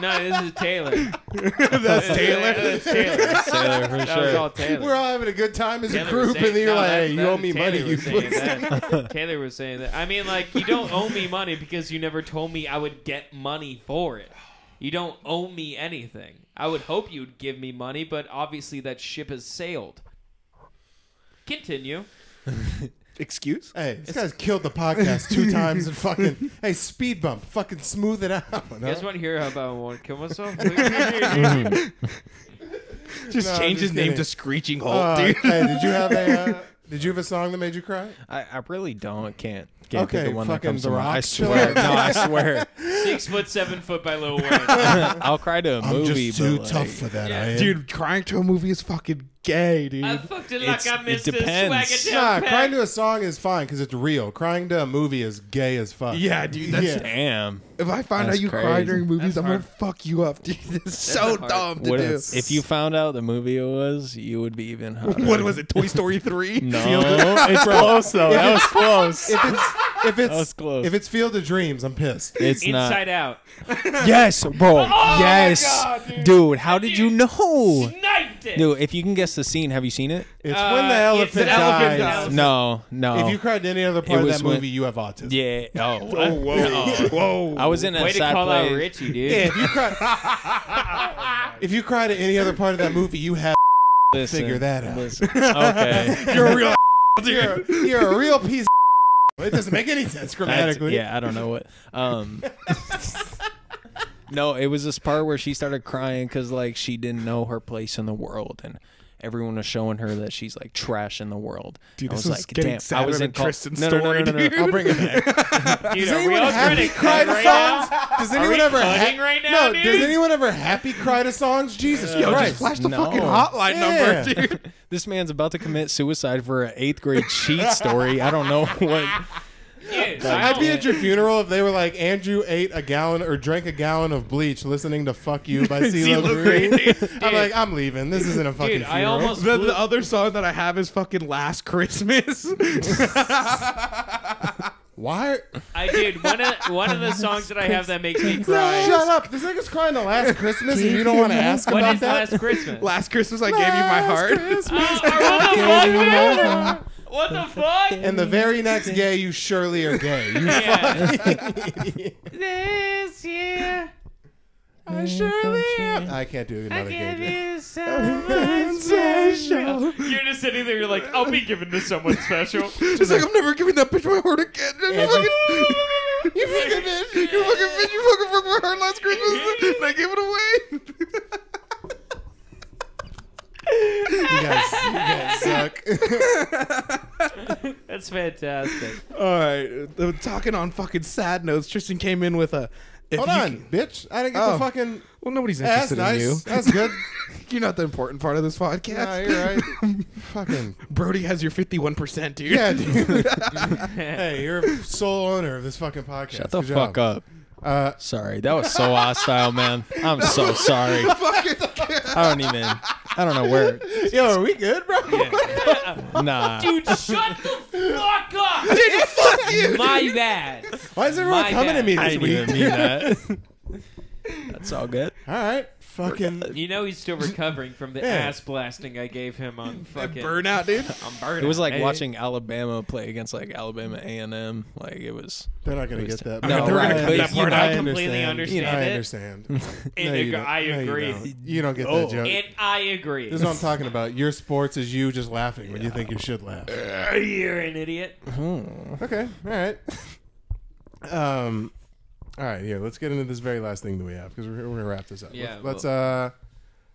[SPEAKER 2] No, this is Taylor.
[SPEAKER 5] That's Taylor.
[SPEAKER 2] That's Taylor.
[SPEAKER 3] Taylor, for
[SPEAKER 2] That was
[SPEAKER 3] sure.
[SPEAKER 2] all Taylor.
[SPEAKER 1] We're all having a good time as a
[SPEAKER 2] Taylor was
[SPEAKER 1] group, and
[SPEAKER 2] saying-
[SPEAKER 1] then you're
[SPEAKER 2] no,
[SPEAKER 1] like,
[SPEAKER 2] that-
[SPEAKER 1] hey, you
[SPEAKER 2] that-
[SPEAKER 1] owe me
[SPEAKER 2] Taylor
[SPEAKER 1] money, you
[SPEAKER 2] was saying
[SPEAKER 1] pussy.
[SPEAKER 2] that. Taylor was saying that. I mean, like, you don't owe me money because you never told me I would get money for it. You don't owe me anything. I would hope you'd give me money, but obviously that ship has sailed. Continue.
[SPEAKER 5] Excuse?
[SPEAKER 1] Hey, this guy's killed the podcast two times and fucking. hey, speed bump, fucking smooth it out. no?
[SPEAKER 2] You guys want to hear about I want to kill myself? Please?
[SPEAKER 5] Just
[SPEAKER 1] No, I'm just
[SPEAKER 5] change his name
[SPEAKER 1] kidding.
[SPEAKER 5] to Screeching Hulk,
[SPEAKER 1] Uh,
[SPEAKER 5] dude.
[SPEAKER 1] hey, did you have a? Uh, did you have a song that made you cry?
[SPEAKER 3] I, I really don't. Can't. Can't
[SPEAKER 1] Okay,
[SPEAKER 3] think of one that
[SPEAKER 1] fucking
[SPEAKER 3] comes
[SPEAKER 1] The
[SPEAKER 3] to mind.
[SPEAKER 1] Rock,
[SPEAKER 3] I
[SPEAKER 1] chill
[SPEAKER 3] swear.
[SPEAKER 1] out.
[SPEAKER 3] no, I swear.
[SPEAKER 2] Six foot, seven foot by Lil Wayne.
[SPEAKER 3] I'll cry to a movie. but, like,
[SPEAKER 1] that.
[SPEAKER 2] Yeah.
[SPEAKER 5] Dude, crying to a movie is fucking gay, dude.
[SPEAKER 2] I fucked it
[SPEAKER 3] It's-
[SPEAKER 2] like I
[SPEAKER 3] it
[SPEAKER 2] missed a
[SPEAKER 3] depends.
[SPEAKER 2] swagger
[SPEAKER 1] Nah,
[SPEAKER 2] down pat.
[SPEAKER 1] crying to a song is fine because it's real. Crying to a movie is gay as fuck.
[SPEAKER 5] yeah, dude. That's,
[SPEAKER 1] Yeah.
[SPEAKER 3] Damn.
[SPEAKER 5] If I find out
[SPEAKER 3] That's
[SPEAKER 5] you cry
[SPEAKER 3] crazy.
[SPEAKER 5] during movies,
[SPEAKER 2] That's
[SPEAKER 5] I'm
[SPEAKER 2] hard.
[SPEAKER 5] gonna fuck you up, dude. It's so
[SPEAKER 2] hard.
[SPEAKER 5] dumb to
[SPEAKER 3] What
[SPEAKER 5] do.
[SPEAKER 3] if, if you found out the movie it was, you would be even hotter.
[SPEAKER 5] what was it? Toy Story three?
[SPEAKER 3] No, it's close though. That was close.
[SPEAKER 1] If it's if
[SPEAKER 3] That was
[SPEAKER 1] it's
[SPEAKER 3] close.
[SPEAKER 1] if it's Field of Dreams, I'm pissed.
[SPEAKER 3] it's
[SPEAKER 2] Inside out.
[SPEAKER 3] not. Yes, bro. yes,
[SPEAKER 2] Oh God, dude.
[SPEAKER 3] dude. How did you know?
[SPEAKER 2] Sniped it.
[SPEAKER 3] Dude, if you can guess the scene, have you seen it?
[SPEAKER 1] It's
[SPEAKER 2] Uh,
[SPEAKER 1] when the
[SPEAKER 2] it's
[SPEAKER 1] elephant
[SPEAKER 2] an elephant
[SPEAKER 1] dies.
[SPEAKER 2] dies.
[SPEAKER 3] No, no.
[SPEAKER 1] If you cried to any other
[SPEAKER 3] It
[SPEAKER 1] part of
[SPEAKER 3] was
[SPEAKER 1] that
[SPEAKER 3] when-
[SPEAKER 1] movie, you have autism.
[SPEAKER 3] yeah. Oh, I-
[SPEAKER 5] Whoa, whoa.
[SPEAKER 3] I, was in a
[SPEAKER 2] Way to
[SPEAKER 3] side
[SPEAKER 2] call
[SPEAKER 3] play.
[SPEAKER 2] out Richie, dude.
[SPEAKER 1] Yeah, if you cry, if you cry to any other part of that movie, you have.
[SPEAKER 3] Listen,
[SPEAKER 1] Figure that out.
[SPEAKER 3] listen. Okay.
[SPEAKER 5] You're a real
[SPEAKER 1] You're, you're a real piece. of It doesn't make any sense
[SPEAKER 3] That's-
[SPEAKER 1] grammatically.
[SPEAKER 3] yeah, I don't know what. Um, no, it was this part where she started crying because like she didn't know her place in the world, and everyone was showing her that she's like trash in the world.
[SPEAKER 5] Dude,
[SPEAKER 3] I
[SPEAKER 5] this
[SPEAKER 3] was
[SPEAKER 5] is
[SPEAKER 3] like,
[SPEAKER 5] getting
[SPEAKER 3] damn, I
[SPEAKER 5] sadder
[SPEAKER 3] was
[SPEAKER 5] than
[SPEAKER 3] in col-
[SPEAKER 5] Tristan's
[SPEAKER 3] no, no, no,
[SPEAKER 5] story,
[SPEAKER 3] no, no, no.
[SPEAKER 5] dude.
[SPEAKER 1] I'll bring it back.
[SPEAKER 2] Dude,
[SPEAKER 1] Does
[SPEAKER 2] are we
[SPEAKER 1] anyone
[SPEAKER 2] all trying
[SPEAKER 1] happy
[SPEAKER 2] to
[SPEAKER 1] cry
[SPEAKER 2] cut
[SPEAKER 1] to
[SPEAKER 2] right
[SPEAKER 1] songs?
[SPEAKER 2] now?
[SPEAKER 1] Does
[SPEAKER 2] we
[SPEAKER 1] anyone ever
[SPEAKER 2] cutting right now,
[SPEAKER 1] No,
[SPEAKER 2] dude?
[SPEAKER 1] does anyone ever happy cry to songs? Jesus
[SPEAKER 5] Yo,
[SPEAKER 1] Christ!
[SPEAKER 5] just flash the
[SPEAKER 3] No.
[SPEAKER 5] fucking hotline
[SPEAKER 1] Yeah.
[SPEAKER 5] number, dude.
[SPEAKER 3] This man's about to commit suicide for an eighth grade cheat story. I don't know what.
[SPEAKER 2] Dude, I
[SPEAKER 1] I'd be
[SPEAKER 2] don't-
[SPEAKER 1] at your funeral if they were like Andrew ate a gallon or drank a gallon of bleach listening to "Fuck You" by CeeLo
[SPEAKER 5] CeeLo
[SPEAKER 1] Green.
[SPEAKER 5] Green.
[SPEAKER 1] I'm like, I'm leaving. This isn't a fucking
[SPEAKER 2] Dude, I
[SPEAKER 1] funeral.
[SPEAKER 2] almost
[SPEAKER 5] The,
[SPEAKER 2] blew-
[SPEAKER 5] the other song that I have is fucking Last Christmas.
[SPEAKER 1] Why?
[SPEAKER 2] I did one of one of the songs that I have that makes me cry.
[SPEAKER 1] Shut up! This nigga's crying to last Christmas, and you don't want to ask
[SPEAKER 2] What
[SPEAKER 1] about
[SPEAKER 2] is
[SPEAKER 1] that.
[SPEAKER 2] last Christmas?
[SPEAKER 5] Last Christmas, I gave you my heart.
[SPEAKER 2] Oh, oh, what the fuck, man? What the fuck?
[SPEAKER 1] And the very next day, you surely are gay. You
[SPEAKER 2] Yeah.
[SPEAKER 1] fucking idiot.
[SPEAKER 2] This year,
[SPEAKER 1] I surely am. I can't do
[SPEAKER 2] I
[SPEAKER 1] another gay
[SPEAKER 2] give
[SPEAKER 1] joke.
[SPEAKER 2] you someone special. You're just sitting there. You're like, I'll be giving this someone special.
[SPEAKER 5] Just like I'm never giving that bitch my heart again. Just
[SPEAKER 1] Andrew,
[SPEAKER 5] fucking- You fucking bitch. You fucking bitch. You fucking fucked with her last Christmas. And I gave it away.
[SPEAKER 1] You guys, you guys suck.
[SPEAKER 2] That's fantastic.
[SPEAKER 5] All right. uh, Talking on fucking sad notes, Tristan came in with a. if
[SPEAKER 1] Hold
[SPEAKER 5] you
[SPEAKER 1] on,
[SPEAKER 5] can-
[SPEAKER 1] bitch. I didn't get
[SPEAKER 5] Oh.
[SPEAKER 1] the fucking.
[SPEAKER 5] well, nobody's
[SPEAKER 1] Yeah, That's
[SPEAKER 5] interested in
[SPEAKER 1] nice.
[SPEAKER 5] you.
[SPEAKER 1] That's good.
[SPEAKER 5] You're not the important part of this podcast.
[SPEAKER 1] Nah, you're right. fucking.
[SPEAKER 5] Brody has your 51%, dude.
[SPEAKER 1] Yeah, dude. hey, you're a sole owner of this fucking podcast.
[SPEAKER 3] Shut the
[SPEAKER 1] Good
[SPEAKER 3] fuck
[SPEAKER 1] job.
[SPEAKER 3] up.
[SPEAKER 1] Uh,
[SPEAKER 3] Sorry, that was so hostile, man. I'm so sorry. I don't even. I don't know where.
[SPEAKER 1] yo, are we good, bro?
[SPEAKER 3] Nah.
[SPEAKER 2] Dude, shut the fuck up.
[SPEAKER 5] fuck you.
[SPEAKER 2] My bad.
[SPEAKER 1] Why is everyone
[SPEAKER 2] My
[SPEAKER 1] coming
[SPEAKER 2] bad.
[SPEAKER 1] at me
[SPEAKER 3] I
[SPEAKER 1] this
[SPEAKER 3] didn't
[SPEAKER 1] week?
[SPEAKER 3] even mean that. That's all good.
[SPEAKER 1] All right, fucking.
[SPEAKER 2] You know he's still recovering from the
[SPEAKER 1] Yeah.
[SPEAKER 2] ass blasting I gave him on fucking.
[SPEAKER 5] Burnout, dude.
[SPEAKER 2] I'm burning.
[SPEAKER 3] It was like
[SPEAKER 2] Hey.
[SPEAKER 3] watching Alabama play against like Alabama A and M. Like it was.
[SPEAKER 1] They're not gonna get that.
[SPEAKER 3] No,
[SPEAKER 1] bro. they're
[SPEAKER 3] right,
[SPEAKER 1] gonna
[SPEAKER 3] but
[SPEAKER 1] cut that
[SPEAKER 3] you
[SPEAKER 1] part
[SPEAKER 2] know,
[SPEAKER 1] out.
[SPEAKER 2] I completely understand
[SPEAKER 1] I
[SPEAKER 2] it.
[SPEAKER 1] understand.
[SPEAKER 2] And
[SPEAKER 1] No, you
[SPEAKER 2] ag-
[SPEAKER 1] don't. No,
[SPEAKER 2] I
[SPEAKER 1] you
[SPEAKER 2] agree.
[SPEAKER 1] don't. You don't, get that joke.
[SPEAKER 2] Oh, And I agree.
[SPEAKER 1] this is what I'm talking about. Your sports is you just laughing when you think you should laugh.
[SPEAKER 2] You're an idiot.
[SPEAKER 1] Okay, all right. Um, all right. Here, let's get into this very last thing that we have because we're, we're gonna wrap this up.
[SPEAKER 2] Yeah,
[SPEAKER 1] Let's. let's, uh,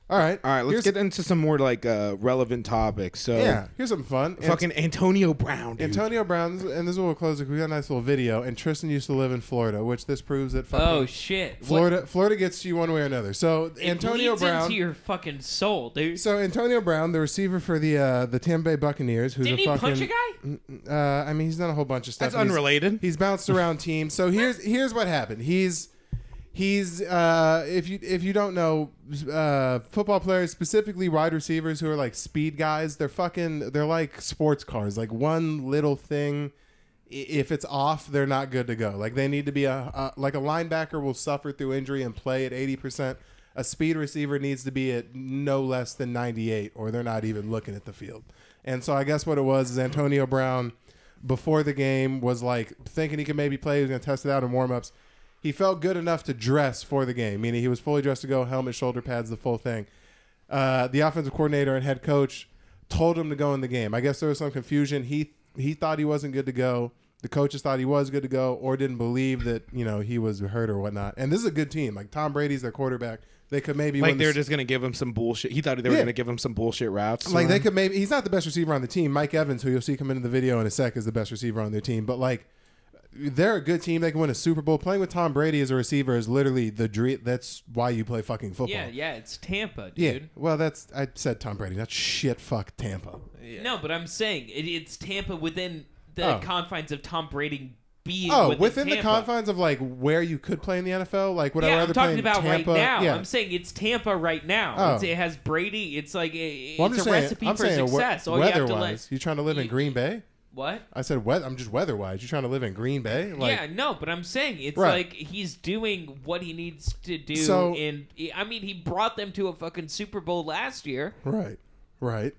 [SPEAKER 1] all right.
[SPEAKER 5] All right, let's
[SPEAKER 1] here's,
[SPEAKER 5] get into some more like uh, relevant topics. So,
[SPEAKER 1] Yeah, here's something fun. Ant-
[SPEAKER 5] fucking Antonio Brown, dude.
[SPEAKER 1] Antonio Brown, and this is what we'll close. with. We got a nice little video. And Tristan used to live in Florida, which this proves that fucking
[SPEAKER 2] Oh shit. What-
[SPEAKER 1] Florida, Florida gets you one way or another. So
[SPEAKER 2] It
[SPEAKER 1] Antonio
[SPEAKER 2] bleeds
[SPEAKER 1] Brown.
[SPEAKER 2] into your fucking soul, dude.
[SPEAKER 1] so Antonio Brown, the receiver for the uh, the Tampa Bay Buccaneers, who's
[SPEAKER 2] Didn't
[SPEAKER 1] a
[SPEAKER 2] he
[SPEAKER 1] fucking.
[SPEAKER 2] punch a guy?
[SPEAKER 1] Uh, I mean, he's done a whole bunch of stuff.
[SPEAKER 5] That's
[SPEAKER 1] and he's-
[SPEAKER 5] unrelated.
[SPEAKER 1] He's bounced around teams. So here's here's what happened. He's he's uh, if you if you don't know uh, football players specifically wide receivers who are like speed guys, they're fucking they're like sports cars. Like one little thing i- if it's off, they're not good to go. Like they need to be a, a like a linebacker will suffer through injury and play at 80%. A speed receiver needs to be at no less than 98 or they're not even looking at the field. And so I guess what it was is Antonio Brown before the game was like thinking he could maybe play, he was going to test it out in warm-ups. He felt good enough to dress for the game, meaning he was fully dressed to go, helmet, shoulder pads, the full thing uh, the offensive coordinator and head coach told him to go in the game. I guess there was some confusion. He he thought he wasn't good to go. The coaches thought he was good to go, or didn't believe that you know he was hurt or whatnot. And this is a good team. Like Tom Brady's their quarterback. They could maybe
[SPEAKER 5] Like
[SPEAKER 1] win
[SPEAKER 5] they
[SPEAKER 1] the
[SPEAKER 5] were just gonna give him some bullshit. He thought they were
[SPEAKER 1] Yeah.
[SPEAKER 5] gonna give him some bullshit raps.
[SPEAKER 1] like they
[SPEAKER 5] could.
[SPEAKER 1] could maybe he's not the best receiver on the team. Mike Evans, who you'll see come into the video in a sec, is the best receiver on their team. But like they're a good team. They can win a Super Bowl. Playing with Tom Brady as a receiver is literally the dream. That's why you play fucking football.
[SPEAKER 2] Yeah, yeah, it's Tampa,
[SPEAKER 1] Yeah.
[SPEAKER 2] dude.
[SPEAKER 1] Well, that's I said Tom Brady. That's shit. Fuck Tampa.
[SPEAKER 2] No, but I'm saying it, it's Tampa within the
[SPEAKER 1] Oh.
[SPEAKER 2] confines of Tom Brady being.
[SPEAKER 1] Oh,
[SPEAKER 2] within,
[SPEAKER 1] within, the
[SPEAKER 2] Tampa.
[SPEAKER 1] confines of like where you could play in the NFL, like would I
[SPEAKER 2] Yeah,
[SPEAKER 1] rather
[SPEAKER 2] I'm
[SPEAKER 1] play
[SPEAKER 2] talking
[SPEAKER 1] in
[SPEAKER 2] about
[SPEAKER 1] Tampa?
[SPEAKER 2] right now.
[SPEAKER 1] Yeah.
[SPEAKER 2] I'm saying it's Tampa right now.
[SPEAKER 1] Oh.
[SPEAKER 2] It's, it has Brady. It's like it-
[SPEAKER 1] Well, I'm
[SPEAKER 2] it's a
[SPEAKER 1] just saying-
[SPEAKER 2] recipe
[SPEAKER 1] I'm
[SPEAKER 2] for
[SPEAKER 1] saying
[SPEAKER 2] success. All you have to
[SPEAKER 1] weather-wise,
[SPEAKER 2] let.
[SPEAKER 1] you trying to live in
[SPEAKER 2] you-
[SPEAKER 1] Green Bay?
[SPEAKER 2] What?
[SPEAKER 1] I said, weather. I'm just weather-wise. You trying to live in Green Bay? Like,
[SPEAKER 2] yeah, no, but I'm saying it's
[SPEAKER 1] Right.
[SPEAKER 2] like he's doing what he needs to do.
[SPEAKER 1] So-
[SPEAKER 2] and I mean, he brought them to a fucking Super Bowl last year.
[SPEAKER 1] Right. Right.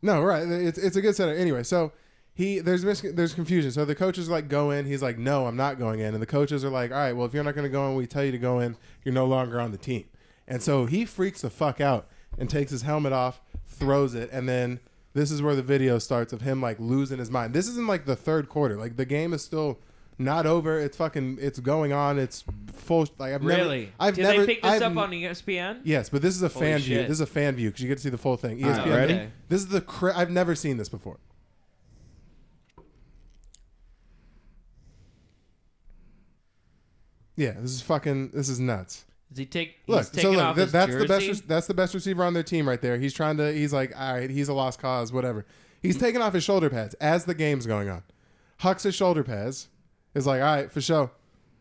[SPEAKER 1] No, right. It's, it's a good setup. Anyway, so he there's mis- there's confusion. So the coaches like go in. He's like, no, I'm not going in. And the coaches are like, all right, well, if you're not going to go in, we tell you to go in. You're no longer on the team. And so he freaks the fuck out and takes his helmet off, throws it, and then this is where the video starts of him like losing his mind. This is in like the third quarter. Like the game is still not over. It's fucking. It's going on. It's full. Like I've
[SPEAKER 2] Really?
[SPEAKER 1] never. I've
[SPEAKER 2] Did
[SPEAKER 1] never.
[SPEAKER 2] they pick this
[SPEAKER 1] I've
[SPEAKER 2] up on E ESPN?
[SPEAKER 1] Yes, but this is a
[SPEAKER 2] Holy
[SPEAKER 1] fan view.
[SPEAKER 2] shit.
[SPEAKER 1] This is a fan view because you get to see the full thing. E
[SPEAKER 5] right,
[SPEAKER 1] ESPN.
[SPEAKER 5] ready?
[SPEAKER 2] Okay.
[SPEAKER 1] This is the cra- I've never seen this before. Yeah, this is fucking. This is nuts.
[SPEAKER 2] Does he take?
[SPEAKER 1] Look,
[SPEAKER 2] he's
[SPEAKER 1] so
[SPEAKER 2] taking
[SPEAKER 1] look,
[SPEAKER 2] off
[SPEAKER 1] th-
[SPEAKER 2] his
[SPEAKER 1] that's the best.
[SPEAKER 2] jersey?
[SPEAKER 1] rec- That's the best receiver on their team right there. He's trying to. He's like, all right, he's a lost cause. Whatever. He's taking off his shoulder pads as the game's going on. Hucks his shoulder pads. Is like, all right, for sure.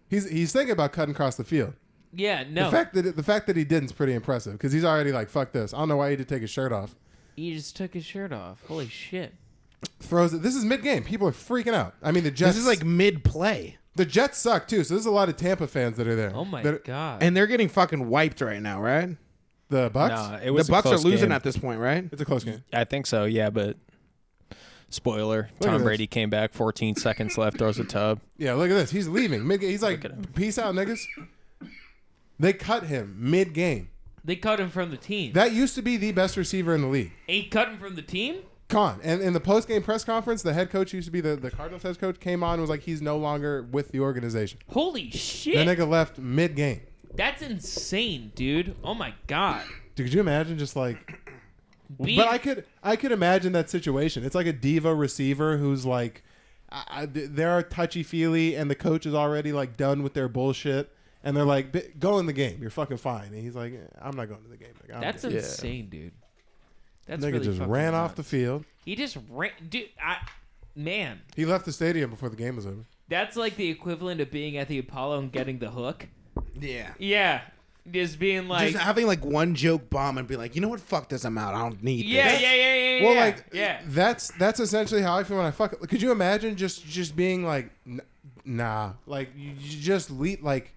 [SPEAKER 1] He's he's thinking about cutting across the field.
[SPEAKER 2] Yeah, no.
[SPEAKER 1] The fact that the fact that he didn't is pretty impressive because he's already like, fuck this. I don't know why he did take his shirt off.
[SPEAKER 2] he just took his shirt off. Holy shit!
[SPEAKER 1] Throws it. This is mid game. People are freaking out. I mean, the Jets.
[SPEAKER 5] This is like mid play,
[SPEAKER 1] the Jets suck too. So there's a lot of Tampa fans that are there.
[SPEAKER 2] Oh my
[SPEAKER 1] That-
[SPEAKER 2] god!
[SPEAKER 5] and they're getting fucking wiped right now, right?
[SPEAKER 1] The Bucks.
[SPEAKER 3] Nah, it
[SPEAKER 5] The
[SPEAKER 3] was a
[SPEAKER 5] Bucks are
[SPEAKER 3] close
[SPEAKER 5] losing
[SPEAKER 3] game.
[SPEAKER 5] at this point, right?
[SPEAKER 1] It's a close game.
[SPEAKER 3] I think so. Yeah, but spoiler:
[SPEAKER 1] at
[SPEAKER 3] Tom
[SPEAKER 1] this.
[SPEAKER 3] Brady came back. 14 seconds left. Throws a tub.
[SPEAKER 1] Yeah, look at this. He's leaving. Mid. He's like,
[SPEAKER 3] Look at him.
[SPEAKER 1] peace out, niggas. They cut him mid game.
[SPEAKER 2] they cut him from the team.
[SPEAKER 1] That used to be the best receiver in the league.
[SPEAKER 2] He cut him from the team.
[SPEAKER 1] gone. And in the post game press conference, the head coach used to be the, the Cardinals head coach came on and was like, he's no longer with the organization.
[SPEAKER 2] Holy shit.
[SPEAKER 1] That nigga left mid game.
[SPEAKER 2] That's insane, dude. Oh my god.
[SPEAKER 1] Could you imagine just like
[SPEAKER 2] Be-
[SPEAKER 1] But I could I could imagine that situation. It's like a diva receiver who's like, I, I, they're touchy feely, and the coach is already like done with their bullshit, and they're like, "B- go in the game, you're fucking fine. And he's like, "Eh, I'm not going to the game. Like, I'm
[SPEAKER 2] That's
[SPEAKER 1] good."
[SPEAKER 2] insane, dude. That's
[SPEAKER 1] nigga
[SPEAKER 2] really
[SPEAKER 1] just
[SPEAKER 2] fucking
[SPEAKER 1] ran off the
[SPEAKER 2] nuts.
[SPEAKER 1] field.
[SPEAKER 2] He just ran, dude. I, man,
[SPEAKER 1] He left the stadium before the game was over.
[SPEAKER 2] that's like the equivalent of being at the Apollo and getting the hook.
[SPEAKER 5] Yeah.
[SPEAKER 2] Yeah, just being like,
[SPEAKER 5] Just having like one joke bomb and be like, you know what? Fuck this. I'm out. I don't need
[SPEAKER 2] yeah, yeah,
[SPEAKER 5] this.
[SPEAKER 2] yeah, yeah, yeah.
[SPEAKER 1] Well,
[SPEAKER 2] yeah,
[SPEAKER 1] like
[SPEAKER 2] yeah.
[SPEAKER 1] that's that's essentially how I feel when I fuck. Could you imagine just just being like, "N- nah, like you you just leap like.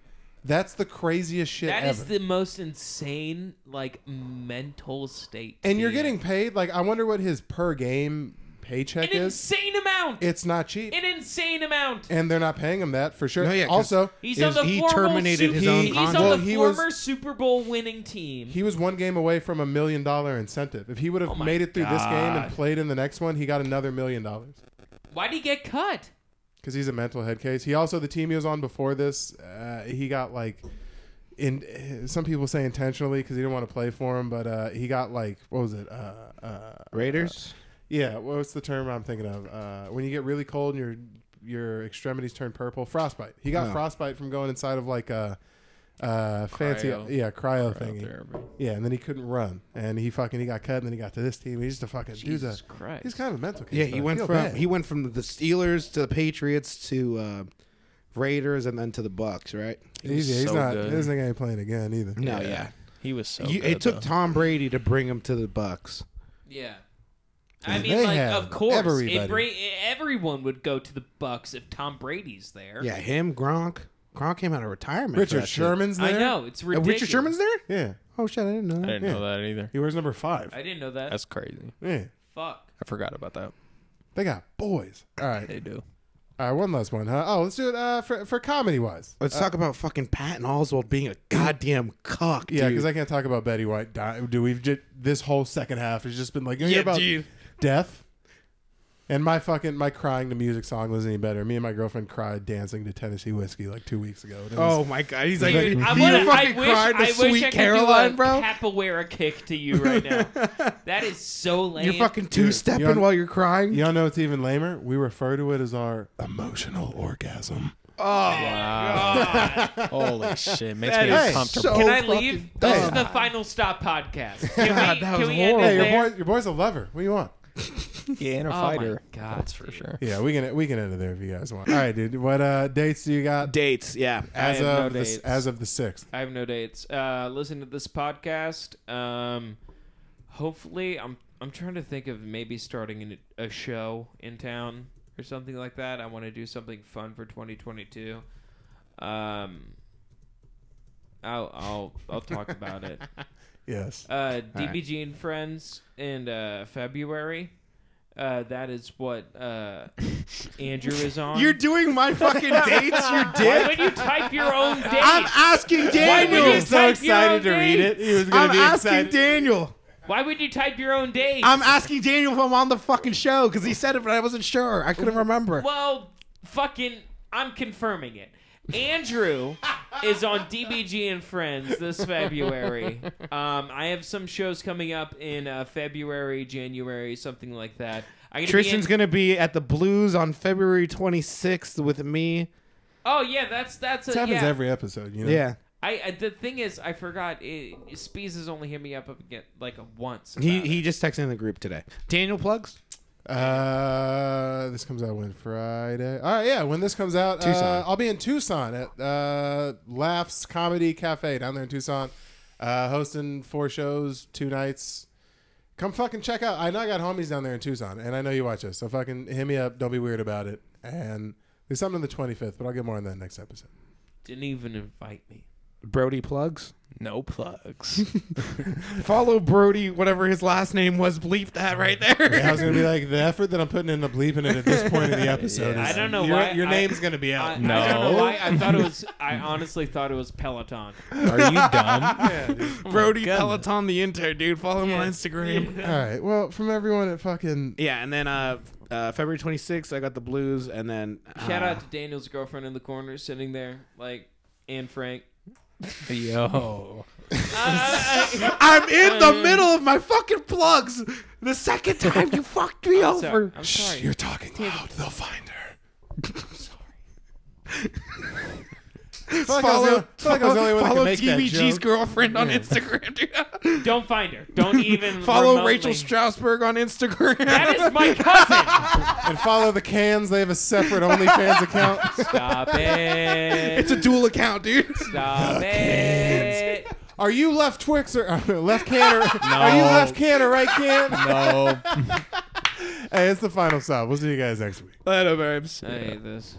[SPEAKER 1] That's the craziest shit
[SPEAKER 2] That
[SPEAKER 1] ever.
[SPEAKER 2] is the most insane, like, mental state. to
[SPEAKER 1] And you're
[SPEAKER 2] be in.
[SPEAKER 1] getting paid. Like, I wonder what his per game paycheck
[SPEAKER 2] an
[SPEAKER 1] is.
[SPEAKER 2] insane amount.
[SPEAKER 1] It's not cheap,
[SPEAKER 2] an insane amount.
[SPEAKER 1] and they're not paying him that for sure.
[SPEAKER 5] No, yeah, 'cause
[SPEAKER 1] also,
[SPEAKER 2] He's
[SPEAKER 5] Is
[SPEAKER 2] on the
[SPEAKER 5] he
[SPEAKER 2] former
[SPEAKER 5] terminated his
[SPEAKER 2] Super-
[SPEAKER 5] own
[SPEAKER 2] He's
[SPEAKER 5] contract?
[SPEAKER 2] on the
[SPEAKER 1] Well, he was-
[SPEAKER 2] former Super Bowl winning team.
[SPEAKER 1] he was one game away from a million dollar incentive. If he would have
[SPEAKER 2] Oh my
[SPEAKER 1] made it through this game and
[SPEAKER 2] God.
[SPEAKER 1] played in the next one, he got another million dollars
[SPEAKER 2] Why would he get cut?
[SPEAKER 1] because he's a mental head case. He also the team he was on before this, uh, he got like. In some people say intentionally because he didn't want to play for him, but uh, he got like what was it? Uh, uh,
[SPEAKER 5] Raiders.
[SPEAKER 1] Yeah, what's the term I'm thinking of? Uh, when you get really cold and your your extremities turn purple, frostbite. He got
[SPEAKER 5] Oh.
[SPEAKER 1] frostbite from going inside of like a, uh fancy
[SPEAKER 3] Cryo.
[SPEAKER 1] yeah cryo, thingy.
[SPEAKER 3] Cryotherapy.
[SPEAKER 1] Yeah, and then he couldn't run, and he fucking he got cut, and then he got to this team. He's just a fucking dude's
[SPEAKER 2] Jesus
[SPEAKER 1] a
[SPEAKER 2] Christ.
[SPEAKER 1] he's kind of a mental. Case,
[SPEAKER 5] Yeah,
[SPEAKER 1] but
[SPEAKER 5] he
[SPEAKER 1] I
[SPEAKER 5] went
[SPEAKER 1] feel
[SPEAKER 5] from
[SPEAKER 1] bad.
[SPEAKER 5] he went from the Steelers to the Patriots to uh, Raiders and then to the Bucks. Right?
[SPEAKER 1] he's,
[SPEAKER 3] was
[SPEAKER 1] he's
[SPEAKER 3] so
[SPEAKER 1] not
[SPEAKER 3] good.
[SPEAKER 1] this nigga ain't playing again either.
[SPEAKER 5] No, yeah.
[SPEAKER 3] Oh, He was so.
[SPEAKER 5] You-
[SPEAKER 3] good,
[SPEAKER 5] it took
[SPEAKER 3] though.
[SPEAKER 5] Tom Brady to bring him to the Bucks.
[SPEAKER 2] Yeah. I
[SPEAKER 1] And
[SPEAKER 2] mean,
[SPEAKER 1] they
[SPEAKER 2] like,
[SPEAKER 1] have
[SPEAKER 2] of course,
[SPEAKER 1] everybody.
[SPEAKER 2] it bring, everyone would go to the Bucks if Tom Brady's there.
[SPEAKER 5] Yeah, him, Gronk. Gronk came out of retirement. for that
[SPEAKER 1] Richard
[SPEAKER 5] shit.
[SPEAKER 1] Sherman's there.
[SPEAKER 2] I know it's
[SPEAKER 5] Uh,
[SPEAKER 2] ridiculous.
[SPEAKER 5] Richard Sherman's there?
[SPEAKER 1] Yeah,
[SPEAKER 5] Oh shit, I didn't know
[SPEAKER 3] I
[SPEAKER 5] that.
[SPEAKER 3] didn't know that either.
[SPEAKER 1] he wears number five.
[SPEAKER 2] I didn't know that.
[SPEAKER 3] That's crazy.
[SPEAKER 1] yeah,
[SPEAKER 2] Fuck.
[SPEAKER 3] I forgot about that.
[SPEAKER 1] they got boys. All right,
[SPEAKER 3] They do.
[SPEAKER 1] all right. One last one, huh? Oh, let's do it uh, for for comedy wise.
[SPEAKER 5] Let's talk about fucking Patton Oswald being a goddamn cuck, dude.
[SPEAKER 1] Yeah, because I can't talk about Betty White. Di- Do we've just, this whole second half has just been like you hear
[SPEAKER 5] Yeah,
[SPEAKER 1] about
[SPEAKER 5] dude.
[SPEAKER 1] death, and my fucking my crying to music song wasn't any better. Me and my girlfriend cried dancing to Tennessee whiskey like two weeks ago.
[SPEAKER 2] Uh,
[SPEAKER 1] and it was-
[SPEAKER 5] Oh my god, he's like,
[SPEAKER 2] Dude,
[SPEAKER 5] you
[SPEAKER 2] I, wanna, I
[SPEAKER 5] fucking
[SPEAKER 2] wish,
[SPEAKER 5] cried
[SPEAKER 2] I
[SPEAKER 5] to
[SPEAKER 2] wish I
[SPEAKER 5] Sweet
[SPEAKER 2] could
[SPEAKER 5] Caroline,
[SPEAKER 2] do a
[SPEAKER 5] bro.
[SPEAKER 2] capoeira kick to you right now. that is so lame.
[SPEAKER 5] You're fucking
[SPEAKER 1] Dude,
[SPEAKER 5] two stepping
[SPEAKER 1] you know-
[SPEAKER 5] while you're crying.
[SPEAKER 1] y'all know it's even lamer. We refer to it as our emotional orgasm.
[SPEAKER 5] Oh,
[SPEAKER 2] God.
[SPEAKER 3] Holy shit! Makes
[SPEAKER 5] That
[SPEAKER 3] me
[SPEAKER 5] is
[SPEAKER 3] uncomfortable.
[SPEAKER 5] so-
[SPEAKER 1] Oh,
[SPEAKER 2] Can I
[SPEAKER 5] fucking
[SPEAKER 2] leave? This is
[SPEAKER 5] dumb.
[SPEAKER 2] the final stop podcast. Can
[SPEAKER 5] God,
[SPEAKER 2] we,
[SPEAKER 5] that
[SPEAKER 2] can
[SPEAKER 5] was
[SPEAKER 2] we end it
[SPEAKER 1] Hey, your
[SPEAKER 2] there?
[SPEAKER 1] boy, your boy's a lover. What do you want?
[SPEAKER 3] yeah, and a
[SPEAKER 2] Oh my
[SPEAKER 3] fighter.
[SPEAKER 2] God,
[SPEAKER 3] That's for
[SPEAKER 2] dude.
[SPEAKER 3] sure.
[SPEAKER 1] Yeah, we can we can end it there if you guys want. All right, dude. What uh, dates do you got?
[SPEAKER 5] dates, yeah.
[SPEAKER 1] As
[SPEAKER 2] have no
[SPEAKER 1] of
[SPEAKER 2] dates.
[SPEAKER 1] the, as of the sixth.
[SPEAKER 2] I have no dates. Uh, listen to this podcast. Um, hopefully, I'm I'm trying to think of maybe starting an, a show in town or something like that. I want to do something fun for 2022. Um, I'll I'll I'll talk about it.
[SPEAKER 1] Yes.
[SPEAKER 2] Uh, DBG and friends in uh, February. Uh, that is what uh, Andrew is on.
[SPEAKER 5] You're doing my fucking dates, you
[SPEAKER 2] Why
[SPEAKER 5] dick.
[SPEAKER 2] would you type your own date?
[SPEAKER 5] I'm asking
[SPEAKER 2] Why would you
[SPEAKER 5] Daniel.
[SPEAKER 2] so type your excited own to read dates?
[SPEAKER 1] He was
[SPEAKER 5] I'm asking Daniel.
[SPEAKER 2] Why would you type your own date?
[SPEAKER 5] I'm asking Daniel if I'm on the fucking show because he said it, but I wasn't sure. I couldn't remember.
[SPEAKER 2] Well, fucking, I'm confirming it. Andrew is on DBG and Friends this February. Um, I have some shows coming up in uh, February, January, something like that. I gotta be
[SPEAKER 5] Tristan's
[SPEAKER 2] in-
[SPEAKER 5] gonna be at the Blues on February 26th with me.
[SPEAKER 2] Oh yeah, that's that's a,
[SPEAKER 1] This happens
[SPEAKER 2] yeah.
[SPEAKER 1] every episode, you know.
[SPEAKER 5] Yeah,
[SPEAKER 2] I, I the thing is, I forgot. It, Spees has only hit me up again like once.
[SPEAKER 5] he
[SPEAKER 2] about it.
[SPEAKER 5] he just texted in the group today. Daniel plugs.
[SPEAKER 1] Uh, this comes out when Friday. All right, yeah, when this comes out, uh,
[SPEAKER 5] Tucson.
[SPEAKER 1] I'll be in Tucson at uh, Laughs Comedy Cafe down there in Tucson, uh, hosting four shows, two nights. Come fucking check out. I know I got homies down there in Tucson, and I know you watch us, so fucking hit me up. Don't be weird about it. And there's something on the 25th, but I'll get more on that next episode.
[SPEAKER 2] didn't even invite me.
[SPEAKER 5] Brody plugs.
[SPEAKER 3] No plugs.
[SPEAKER 5] Follow Brody, whatever his last name was. Bleep that right there.
[SPEAKER 1] I was gonna be like the effort that I'm putting into bleeping it at this point of the episode.
[SPEAKER 2] Yeah.
[SPEAKER 1] Is,
[SPEAKER 2] I don't know
[SPEAKER 1] your,
[SPEAKER 2] why
[SPEAKER 1] your
[SPEAKER 2] I-
[SPEAKER 1] name's gonna be
[SPEAKER 2] I,
[SPEAKER 1] out.
[SPEAKER 2] I don't
[SPEAKER 3] No.
[SPEAKER 2] know why. I thought it was. I honestly thought it was Peloton.
[SPEAKER 3] Are you dumb?
[SPEAKER 5] Brody
[SPEAKER 3] goodness.
[SPEAKER 5] Peloton the intern, dude. Follow him on Instagram. Yeah,
[SPEAKER 1] All right. Well, from everyone at fucking
[SPEAKER 5] and then uh, uh, February 26th, I got the blues, and then uh,
[SPEAKER 2] Shout out to Daniel's girlfriend in the corner, sitting there like Anne Frank.
[SPEAKER 3] Yo.
[SPEAKER 5] I'm in the middle of my fucking plugs. The second time you fucked me over.
[SPEAKER 2] Sorry, I'm
[SPEAKER 1] Shh,
[SPEAKER 2] sorry.
[SPEAKER 1] you're talking loud. They'll find her. Sorry.
[SPEAKER 5] Follow,
[SPEAKER 1] like I was the only one that
[SPEAKER 5] follow
[SPEAKER 1] could make that
[SPEAKER 5] TVG's
[SPEAKER 1] joke.
[SPEAKER 5] girlfriend on Instagram, dude.
[SPEAKER 2] Don't find her. Don't even
[SPEAKER 5] Follow
[SPEAKER 2] remotely.
[SPEAKER 5] Rachel Straussberg on Instagram.
[SPEAKER 2] That is my cousin.
[SPEAKER 1] and follow the cans. They have a separate OnlyFans account.
[SPEAKER 2] Stop it.
[SPEAKER 5] it's a dual account, dude.
[SPEAKER 2] Stop it.
[SPEAKER 1] Are you left Twix or left can or are you left can or right can?
[SPEAKER 3] No.
[SPEAKER 1] Hey, it's the final stop. We'll see you guys next week.
[SPEAKER 5] Later, babes.
[SPEAKER 2] I hate this.